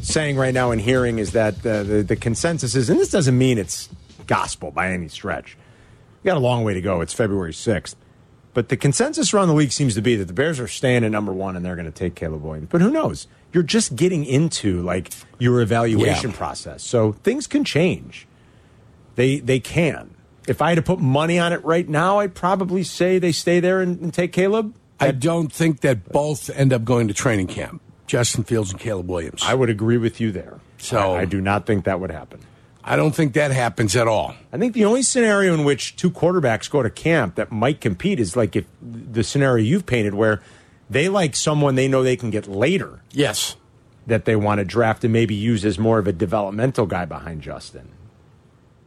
B: saying right now and hearing is that the, the, the consensus is, and this doesn't mean it's gospel by any stretch. We got a long way to go. It's February sixth, but the consensus around the league seems to be that the Bears are staying at number one and they're going to take Caleb Williams. But who knows? You're just getting into like your evaluation
C: Yeah.
B: process, so things can change. They they can. If I had to put money on it right now, I'd probably say they stay there and, and take Caleb.
C: I don't think that both end up going to training camp. Justin Fields and Caleb Williams.
B: I would agree with you there.
C: So-
B: I, I do not think that would happen.
C: I don't think that happens at all.
B: I think the only scenario in which two quarterbacks go to camp that might compete is like if the scenario you've painted where They like someone they know they can get later.
C: Yes.
B: That they want to draft and maybe use as more of a developmental guy behind Justin.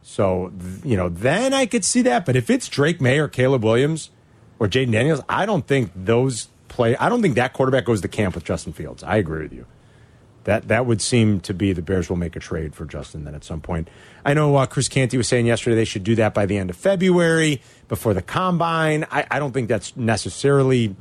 B: So, th- you know, then I could see that. But if it's Drake May or Caleb Williams or Jaden Daniels, I don't think those play, I don't think that quarterback goes to camp with Justin Fields. I agree with you. That, that would seem to be the Bears will make a trade for Justin then at some point. I know uh, Chris Canty was saying yesterday they should do that by the end of February before the combine. I, I don't think that's necessarily.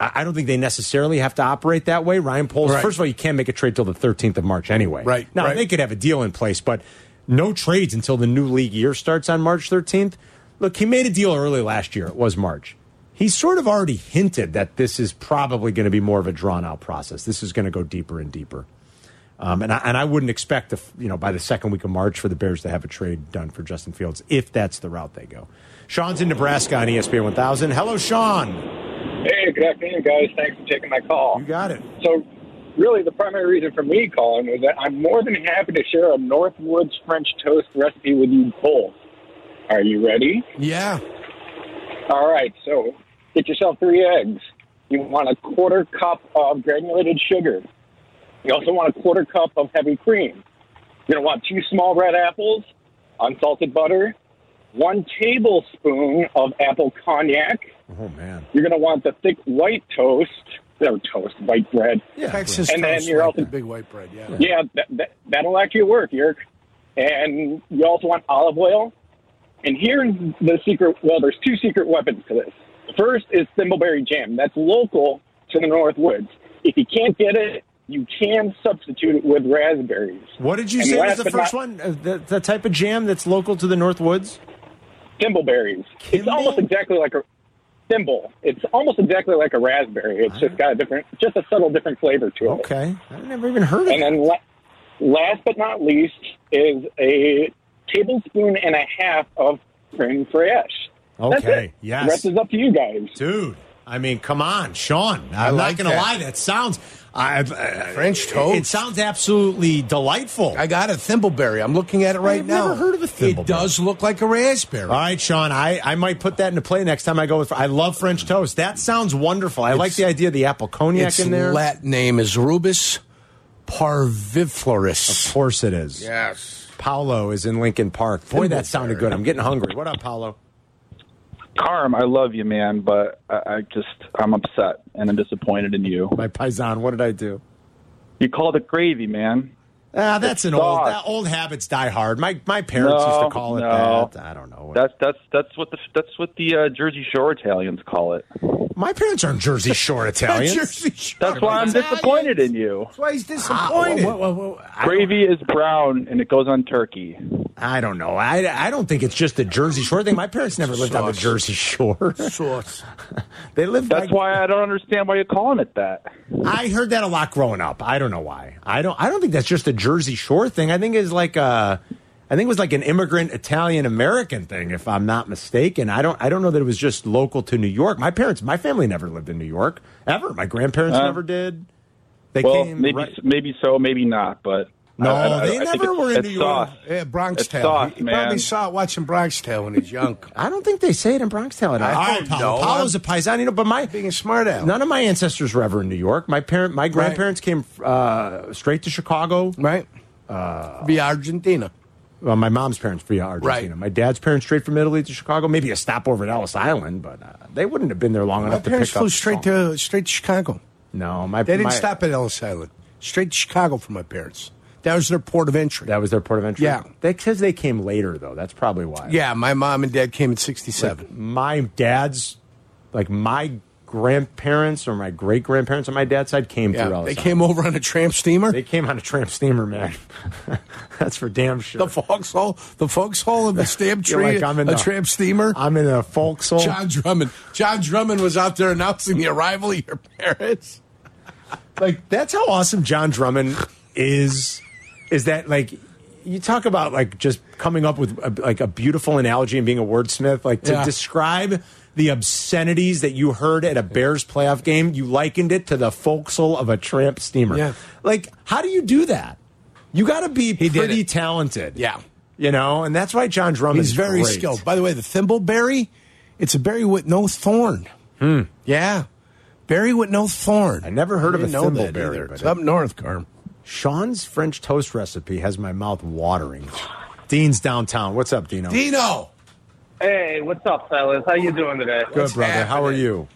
B: I I don't think they necessarily have to operate that way. Ryan Poles,
C: Right.
B: first of all, you can't make a trade till the 13th of March anyway.
C: Right,
B: Now,
C: right.
B: they could have a deal in place, but no trades until the new league year starts on March 13th. Look, he made a deal early last year. It was March. He sort of already hinted that this is probably going to be more of a drawn out process. This is going to go deeper and deeper. Um, and, I, and I wouldn't expect, if, you know, by the second week of March for the Bears to have a trade done for Justin Fields if that's the route they go. Sean's in Nebraska on E ESPN 1000. Hello, Sean.
P: Hey, good afternoon, guys. Thanks for taking my call. You
B: got it.
P: So, really, the primary reason for me calling was that I'm more than happy to share a Northwoods French toast recipe with you both. Are you ready?
C: Yeah.
P: All right, so get yourself three eggs. You want a quarter cup of granulated sugar. You also want a quarter cup of heavy cream. You're going to want two small red apples, unsalted butter, one tablespoon of apple cognac.
B: Oh, man.
P: You're going to want the thick white toast, no toast, white bread.
C: Texas
P: and
C: toast,
P: then you're
C: like
P: also
C: the big white bread. Yeah.
P: yeah, that, that, that'll actually work, Yerk. And you also want olive oil. And here's the secret. Well, there's two secret weapons to this. The first is thimbleberry jam. That's local to the North Woods. If you can't get it, you can substitute it with raspberries.
B: What did you
P: And
B: say was
P: last
B: the
P: but
B: first
P: not-
B: one? Uh, the, the type of jam that's local to the North Woods?
P: Thimbleberries. It's almost exactly like a thimble. It's almost exactly like a raspberry. It's just got a different, just a subtle different flavor to it.
B: Okay. I've never even heard of
P: And then la- last but not least is a tablespoon and a half of creme fraiche. That's
B: Okay,
P: it.
B: yes.
P: The rest is up to you guys.
B: Dude, I mean, come on, Sean. I'm
C: like
B: not going to
C: that.
B: lie. That sounds I, I,
C: French
B: It,
C: toast.
B: sounds absolutely delightful.
C: I got a thimbleberry. I'm looking at it right
B: I've
C: now.
B: never heard of a
C: It
B: thimbleberry.
C: does look like a raspberry.
B: All right, Sean. I, I might put that into play next time I go with. I love French toast. That sounds wonderful. I like the idea of the apple cognac
C: Its
B: in there.
C: Latin name is Rubus parviflorus.
B: Of course it is.
C: Yes.
B: Paulo is in Lincoln Park. Boy, that sounded good. I'm getting hungry. What up, Paulo?
Q: Carm, I love you, man, but I, I just I'm upset and I'm disappointed in you.
B: My paisan, what did I do?
Q: You called it gravy, man.
B: Ah, that's
Q: It's
B: an old
Q: sauce.
B: that old habits die hard. My my parents used to call it
Q: no.
B: that. Uh, I don't know.
Q: That's that's that's what the that's what the uh, Jersey Shore Italians call it.
B: My parents aren't Jersey Shore Italians.
Q: That's why I'm disappointed in you.
B: That's why he's disappointed.
Q: Gravy is brown and it goes on turkey.
B: I don't know. I, I don't think it's just a Jersey Shore thing. My parents never lived on the Jersey Shore.
C: Sauce.
B: they lived.
Q: That's why I don't understand why you're calling it that.
B: I heard that a lot growing up. I don't know why. I don't. I don't think that's just a Jersey Shore thing. I think it's like a. I think it was like an immigrant Italian American thing, if I'm not mistaken. I don't. I don't know that it was just local to New York. My parents, my family never lived in New York ever. My grandparents
Q: Uh,
B: never did. They
Q: well,
B: came.
Q: maybe
B: right-
Q: maybe so, maybe not. But
B: No,
Q: I- I- I
B: they
Q: think
B: never
Q: it's-
B: were in
Q: it's
B: New York.
Q: sauce.
C: Yeah, Bronx
Q: It's
C: Tale.
Q: sauce,
C: you
Q: man.
C: probably saw it watching Bronx Tale when he's young.
B: I don't think they say it in Bronx Town.
C: I
B: All right,
C: don't
B: Paolo.
C: know.
B: Paolo's a paisan, you know, but my
C: being a smart ass.
B: None of my ancestors were ever in New York. My parent, my grandparents came uh, straight to Chicago.
C: Right.
B: Uh,
C: via Argentina.
B: Well, my mom's parents via Argentina.
C: Right.
B: My dad's parents straight from Italy to Chicago. Maybe a stopover at Ellis Island, but uh, they wouldn't have been there long
C: My
B: enough to
C: parents
B: pick
C: flew
B: up.
C: straight to straight to Chicago.
B: No, my
C: They didn't
B: my-
C: stop at Ellis Island. Straight to Chicago for my parents. That was their port of entry.
B: That was their port of entry.
C: Yeah.
B: because they came later though. That's probably why.
C: Yeah, my mom and dad came at '67.
B: Like, my dad's, like my grandparents or my great grandparents on my dad's side came
C: Yeah,
B: through Ellis.
C: they
B: Island.
C: came over on a tramp steamer.
B: They came on a tramp steamer, man. That's for damn sure.
C: The foxhole, the foxhole of the stamp
B: You're
C: tree,
B: like, I'm in
C: a
B: the-
C: tramp steamer.
B: I'm in a forecastle.
C: John Drummond. John Drummond was out there announcing the arrival of your parents.
B: like that's how awesome John Drummond is. Is that like you talk about like just coming up with a, like a beautiful analogy and being a wordsmith? Like to
C: Yeah.
B: describe the obscenities that you heard at a Bears playoff game, you likened it to the forecastle of a tramp steamer.
C: Yeah.
B: Like how do you do that? You got to be
C: did
B: pretty
C: it.
B: talented.
C: Yeah.
B: You know, and that's why John Drummond
C: He's very skilled. By the way, the thimbleberry, it's a berry with no thorn. Yeah. Berry with no thorn. I
B: Hmm. never heard of a
C: know
B: thimble
C: that
B: berry,
C: either.
B: but
C: It's
B: it-
C: up north, Carm.
B: Sean's French toast recipe has my mouth watering. Dean's downtown. What's up, Dino?
C: Dino.
R: Hey, what's up, fellas? How you doing today?
B: Good, brother. How are you?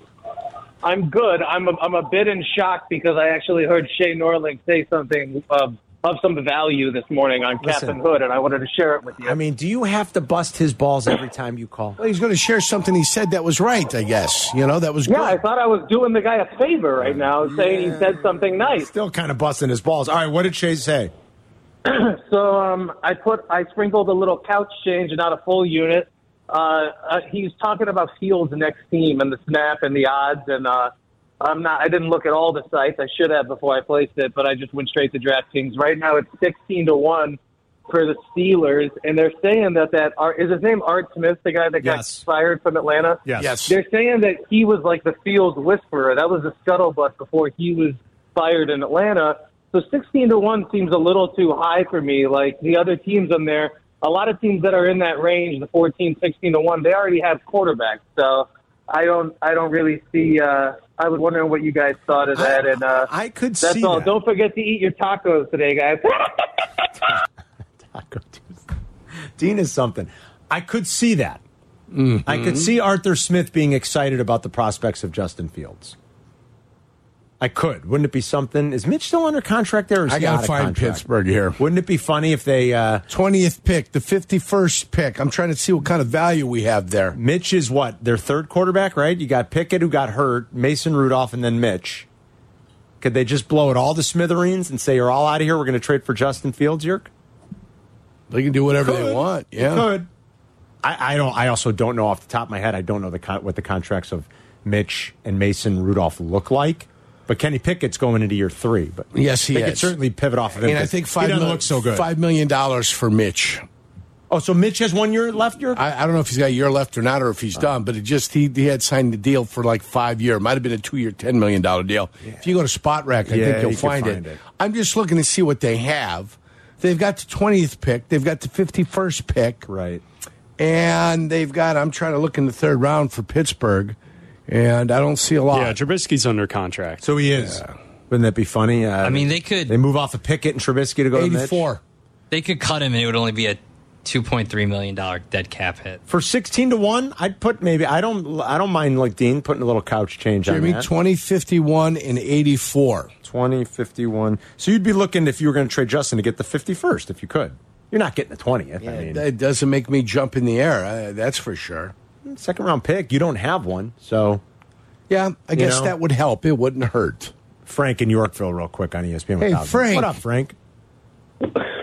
R: I'm good. I'm a, I'm a bit in shock because I actually heard Shay Norling say something um, of some value this morning on
B: Listen.
R: Captain Hood, and I wanted to share it with you.
B: I mean, do you have to bust his balls every time you call?
C: Well, he's going to share something he said that was right, I guess. You know, that was
R: Yeah, I thought I was doing the guy a favor right now, saying he said something nice.
B: Still kind of busting his balls. All right, what did Shay say?
R: so um, I put I sprinkled a little couch change, not a full unit. Uh, uh, he's talking about Fields' next team and the snap and the odds, and uh, I'm not. I didn't look at all the sites. I should have before I placed it, but I just went straight to DraftKings. Right now, it's 16 to one for the Steelers, and they're saying that that Art, is his name Art Smith, the guy that
B: Yes.
R: got fired from Atlanta.
B: Yes. Yes.
R: They're saying that he was like the Fields whisperer. That was the scuttlebutt before he was fired in Atlanta. So 16 to 1 seems a little too high for me. Like the other teams in there, a lot of teams that are in that range, the 14, 16 to 1, they already have quarterbacks. So I don't, I don't really see, uh, I was wondering what you guys thought of that. and, uh,
B: I could
R: that's
B: see
R: all.
B: that.
R: Don't forget to eat your tacos today, guys.
B: Dean is something. I could see that. I
C: Mm-hmm.
B: could see Arthur Smith being excited about the prospects of Justin Fields. I could. Wouldn't it be something? Is Mitch still under contract there? Or is
C: I
B: he
C: gotta
B: out of
C: find
B: contract?
C: Pittsburgh here.
B: Wouldn't it be funny if they uh,
C: 20th pick, the 51st pick. I'm trying to see what kind of value we have there.
B: Mitch is what their third quarterback, right? You got Pickett who got hurt, Mason Rudolph, and then Mitch. Could they just blow it all to smithereens and say you're all out of here? We're going to trade for Justin Fields, Yerk.
C: They can do whatever they
B: Could.
C: want.
B: They
C: Yeah.
B: could. I, I don't. I also don't know off the top of my head. I don't know the con- what the contracts of Mitch and Mason Rudolph look like. But Kenny Pickett's going into year three. But
C: Yes, he
B: they could
C: is.
B: certainly pivot off of him.
C: And I
B: 'cause
C: think
B: he
C: five
B: doesn't
C: mil-
B: look so good.
C: Five million dollars for Mitch.
B: Oh, so Mitch has one year left. Oh. Year
C: I, I don't know if he's got a year left or not, or if he's done. But it just he, he had signed the deal for like five year. Might have been a two year, ten million dollar deal. If you go to Spot Rack, I
B: Yeah,
C: think you'll
B: you can
C: find,
B: find
C: it.
B: it.
C: I'm just looking to see what they have. They've got the twentieth pick. They've got the fifty first pick.
B: Right.
C: And they've got. I'm trying to look in the third round for Pittsburgh, and I don't see a lot.
D: Yeah, Trubisky's under contract.
B: So he is. Wouldn't that be funny? Uh, I
G: mean, they could-
B: They move off of Pickett and Trubisky to go to Mitch.
G: They could cut him, and it would only be a two point three million dollar dead cap hit.
B: for sixteen to one, I'd put maybe I don't I don't mind like Dean putting a little couch change
C: Jeremy,
B: on that.
C: 20, 51, and 84.
B: 20, 51. So you'd be looking if you were going to trade Justin to get the fifty first if you could. You're not getting the twentieth. I mean,
C: That doesn't make me jump in the air, uh, that's for sure.
B: second round pick. You don't have one, so
C: Yeah, I
B: You
C: guess
B: know?
C: that would help. It wouldn't hurt.
B: Frank in Yorkville, real quick on E ESPN.
S: Hey,
B: 1000.
S: Frank.
B: what up, Frank?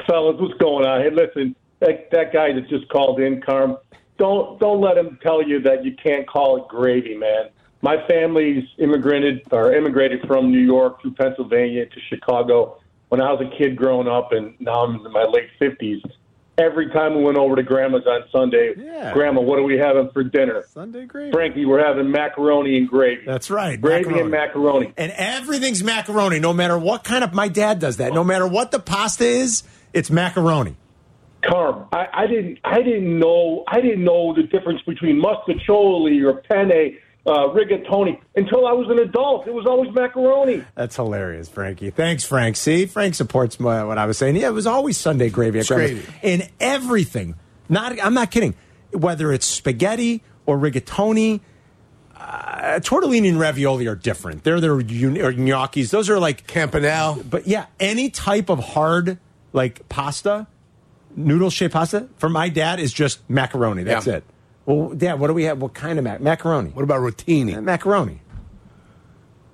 S: fellas, what's going on? Hey, listen, that that guy that just called in, Carm, don't don't let him tell you that you can't call it gravy, man. My family's immigrated or immigrated from New York through Pennsylvania to Chicago when I was a kid growing up, and now I'm in my late fifties. Every time we went over to Grandma's on Sunday,
B: Yeah.
S: Grandma, what are we having for dinner?
B: Sunday gravy.
S: Frankie, we're having macaroni and gravy.
B: That's right,
S: Gravy and macaroni.
B: And everything's macaroni, no matter what kind of. My dad does that. No matter what the pasta is, it's macaroni.
S: Carm, I, I didn't, I didn't know, I didn't know the difference between mustacholi or penne, uh, rigatoni until I was an adult. It was always macaroni.
B: That's hilarious, Frankie. Thanks, Frank. See, Frank supports my, what I was saying. Yeah, it was always Sunday gravy at
C: It's
B: Grandma's.
C: gravy.
B: in everything. Not, I'm not kidding. Whether it's spaghetti or rigatoni, uh, tortellini and ravioli are different. They're their uni- or gnocchis. Those are like
C: Campanelle.
B: But yeah, any type of hard like pasta, noodle shaped pasta for my dad is just macaroni. That's
C: Yeah.
B: it. Well, Dad, what do we have? What kind of mac? Macaroni.
C: What about rotini?
B: Uh, Macaroni.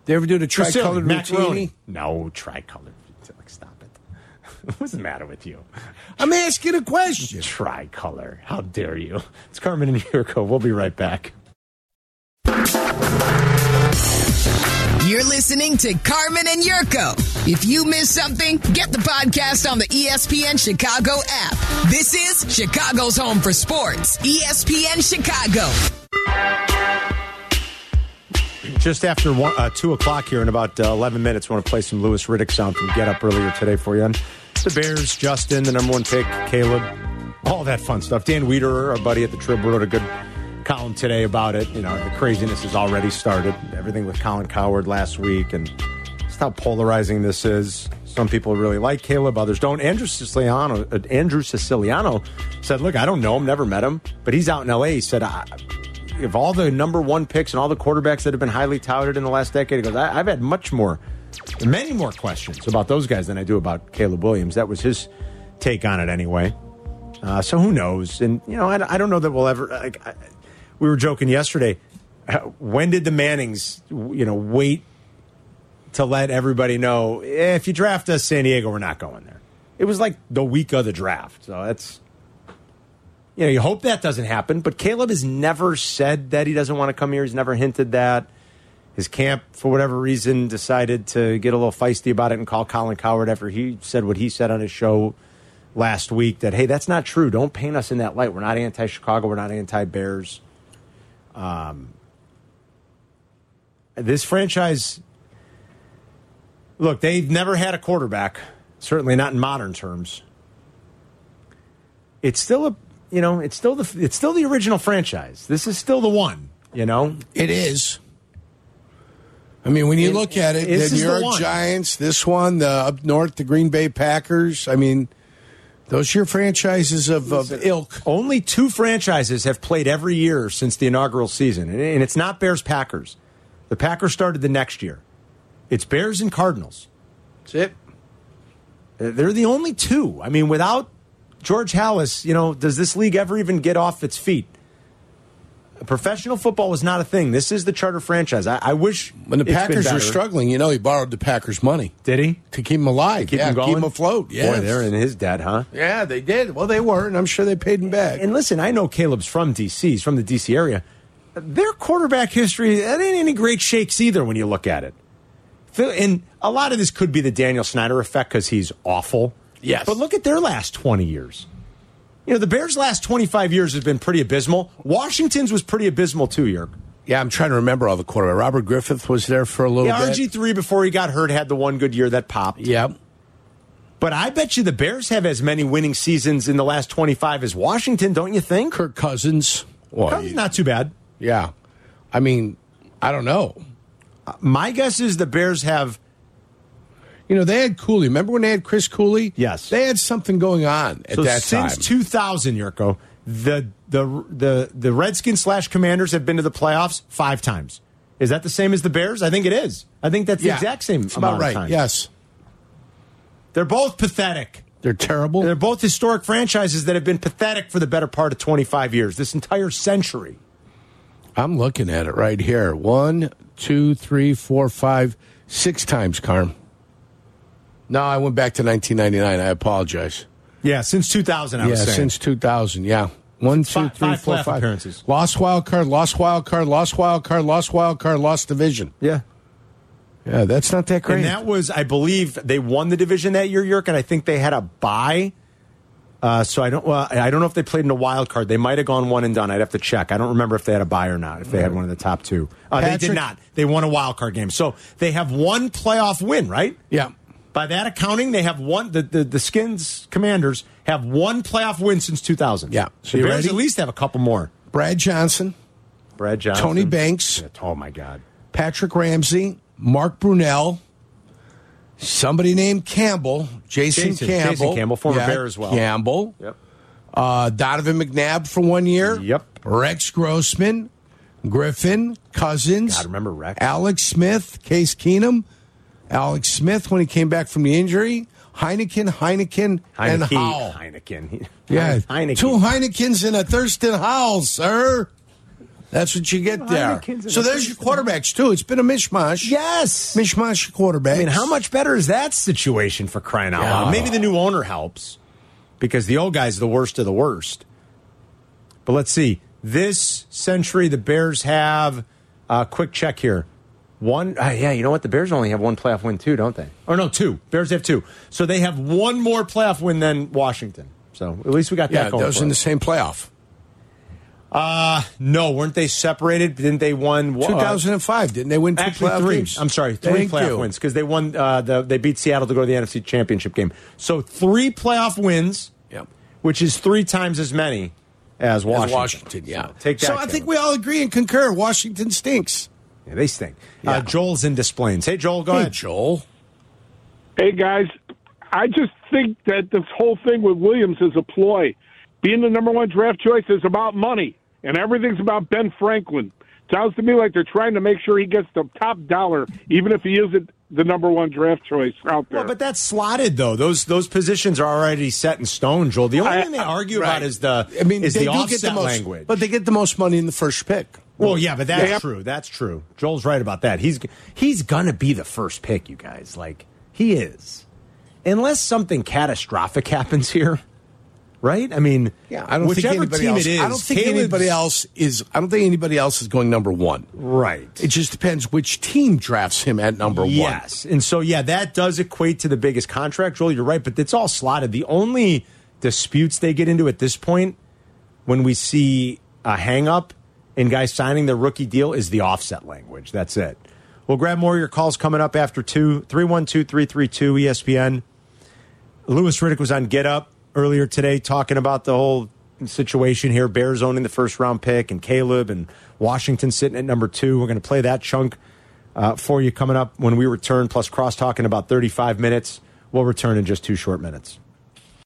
C: They ever do the tricolored
B: Sicilian
C: rotini?
B: No, tricolored. Like, Stop it. What's the matter with you?
C: I'm asking a question.
B: Tricolor. How dare you? It's Carmen and Yurko. We'll be right back.
A: You're listening to Carmen and Yurko. If you miss something, get the podcast on the E ESPN Chicago app. This is Chicago's home for sports. E ESPN Chicago.
B: Just after one, uh, 2 o'clock here in about uh, 11 minutes, we want to play some Lewis Riddick sound from Get Up earlier today for you. And the Bears, Justin, the number one pick, Caleb, all that fun stuff. Dan Weeder, our buddy at the Trib, wrote a good column today about it. You know, the craziness has already started. Everything with Colin Coward last week and just how polarizing this is. Some people really like Caleb, others don't. Andrew Siciliano, uh, Andrew Siciliano said, Look, I don't know him, never met him, but he's out in LA. He said, I, Of all the number one picks and all the quarterbacks that have been highly touted in the last decade, he goes, I, I've had much more, many more questions about those guys than I do about Caleb Williams. That was his take on it anyway. Uh, so who knows? And you know, I, I don't know that we'll ever. Like, I, we were joking yesterday. uh, When did the Mannings, you know, wait to let everybody know "Eh, if you draft us, San Diego, we're not going there? It was like the week of the draft. So that's you know, you hope that doesn't happen. But Caleb has never said that he doesn't want to come here. He's never hinted that. His camp, for whatever reason, decided to get a little feisty about it and call Colin Coward after he said what he said on his show last week that hey, that's not true. Don't paint us in that light. We're not anti-Chicago. We're not anti-Bears. Um, this franchise, look, they've never had a quarterback. Certainly not in modern terms. It's still a you know it's still the it's still the original franchise. This is still the one. You know
C: it is. I mean, when you
B: It-
C: look at it,
B: this is
C: the New
B: the
C: York
B: one.
C: Giants, this one, the up north, the Green Bay Packers. I mean, those are your franchises of, of ilk.
B: Only two franchises have played every year since the inaugural season, and- and it's not Bears Packers. The Packers started the next year. It's Bears and Cardinals. Uh,
C: That's it.
B: They're the only two. I mean, without George Hallis, you know, does this league ever even get off its feet? Professional football was not a thing. This is the charter franchise. I, I wish
C: When the
B: it's been
C: Packers were
B: better.
C: struggling, you know, he borrowed the Packers' money.
B: Did he?
C: To keep them alive.
B: keep
C: yeah,
B: them going,
C: keep them afloat. Yeah.
B: Boy, they're in his debt, huh?
C: Yeah, they did. Well, they were, and I'm sure they paid him back.
B: And listen, I know Caleb's from DC. He's from the DC area. Their quarterback history, that ain't any great shakes either when you look at it. Phil- And a lot of this could be the Daniel Snyder effect because he's awful.
C: Yes.
B: But look at their last 20 years. You know, the Bears' last 25 years has been pretty abysmal. Washington's was pretty abysmal too, Yerk.
C: Yeah, I'm trying to remember all the quarterback. Robert Griffith was there for a little
B: Yeah,
C: bit.
B: RG3 before he got hurt had the one good year that popped.
C: Yep.
B: But I bet you the Bears have as many winning seasons in the last 25 as Washington, don't you think?
C: Kirk Cousins.
B: Cousins not too bad.
C: Yeah. I mean, I don't know.
B: My guess is the Bears have.
C: You know, they had Cooley. Remember when they had Chris Cooley?
B: Yes.
C: They had something going on at
B: so
C: that
B: since
C: time.
B: 2000, Yurko, the the the the Redskins slash Commanders have been to the playoffs five times. Is that the same as the Bears? I think it is. I think that's the
C: Yeah.
B: exact same
C: It's
B: amount
C: about right.
B: of times.
C: Yes.
B: They're both pathetic.
C: They're terrible.
B: They're both historic franchises that have been pathetic for the better part of 25 years, this entire century.
C: I'm looking at it right here. One, two, three, four, five, six times, Carm. No, I went back to 1999. I apologize.
B: Yeah, since 2000, I
C: yeah,
B: was saying.
C: since 2000. Yeah. One, two,
B: Five-
C: three,
B: five
C: four,
B: playoff
C: five.
B: appearances.
C: Lost wild card, lost wild card, lost wild card, lost wild card, lost division.
B: yeah.
C: Yeah, that's not that great.
B: And that was, I believe, they won the division that year, York, and I think they had a bye. Uh, so I don't. Well, I don't know if they played in a wild card. They might have gone one and done. I'd have to check. I don't remember if they had a bye or not. If they had one of the top two, uh, they did
C: Patrick-
B: not. They won a wild card game, so they have one playoff win, right?
C: yeah.
B: By that accounting, they have one. The, the, the Skins Commanders have one playoff win since 2000.
C: Yeah. So
B: so the
C: you
B: Bears
C: ready?
B: at least have a couple more.
C: Brad Johnson,
B: Brad Johnson,
C: Tony Banks,
B: Yeah, oh my God.
C: Patrick Ramsey, Mark Brunell, somebody named Campbell, Jason,
B: Jason-
C: Campbell.
B: Jason Campbell, former Bear as well.
C: Campbell.
B: Yep.
C: Uh, Donovan McNabb for one year.
B: Yep.
C: Rex Grossman, Griffin, Cousins.
B: God, remember Rex.
C: Alex Smith, Case Keenum, Alex Smith when he came back from the injury, Heineken, Heineken, and
B: Heineke-
C: Howell.
B: Heineken.
C: Yeah,
B: Heineken.
C: two Heinekens and a Thurston Howell, sir. That's what you get
B: Two
C: there.
B: Heinekens and
C: So
B: a
C: there's your quarterbacks too. It's been a mishmash.
B: Yes.
C: mishmash of quarterbacks.
B: I mean, how much better is that situation for crying out loud? Maybe the new owner helps because the old guy's the worst of the worst. But let's see. This century, the Bears have uh, quick check here. One, uh, yeah, you know what? The Bears only have one playoff win, too, don't they? Or no, two. Bears have two. So they have one more playoff win than Washington. So at least we got
C: Yeah,
B: that going.
C: those
B: for
C: in the
B: us. Uh,
C: same playoff.
B: no, weren't they separated? Didn't they won? uh,
C: 2005, didn't they win two
B: Actually,
C: playoff
B: three.
C: games?
B: I'm sorry, three
C: Thank
B: playoff
C: you.
B: wins because they won. Uh, the, they beat Seattle to go to the NFC Championship game. So three playoff wins,
C: Yep.
B: which is three times as many as Washington.
C: Washington, yeah.
B: So take that.
C: So I
B: Kevin.
C: think we all agree and concur. Washington stinks.
B: Yeah, they stink. Uh, Joel's in Des Plaines. Hey, Joel, go ahead.
C: Joel.
M: Hey guys, I just think that this whole thing with Williams is a ploy. Being the number one draft choice is about money, and everything's about Ben Franklin. Sounds to me like they're trying to make sure he gets the top dollar, even if he isn't the number one draft choice out there.
B: Well, but that's slotted though. Those those positions are already set in stone, Joel. The only
C: I-
B: thing they argue
C: right.
B: about is the
C: I mean,
B: is
C: they
B: the
C: do
B: offset
C: get the most,
B: language.
C: but they get the most money in the first pick.
B: Well, yeah, but that's true. That's true. Joel's right about that. He's he's gonna be the first pick, you guys. Like he is, unless something catastrophic happens here, right? I mean,
C: Yeah, I don't
B: whichever
C: think anybody
B: team
C: else.
B: it is.
C: I don't think
B: Caleb's-
C: anybody else is. I don't think anybody else is going number one.
B: Right.
C: It just depends which team drafts him at number one.
B: Yes. And so, yeah, that does equate to the biggest contract Joel. You're right, but it's all slotted. The only disputes they get into at this point when we see a hang up and guys signing their rookie deal is the offset language. That's it. We'll grab more of your calls coming up after two. 312 332 ESPN. Lewis Riddick was on Get Up earlier today talking about the whole situation here Bears owning the first round pick and Caleb and Washington sitting at number two. We're going to play that chunk uh, for you coming up when we return, plus cross talking about 35 minutes. We'll return in just two short minutes.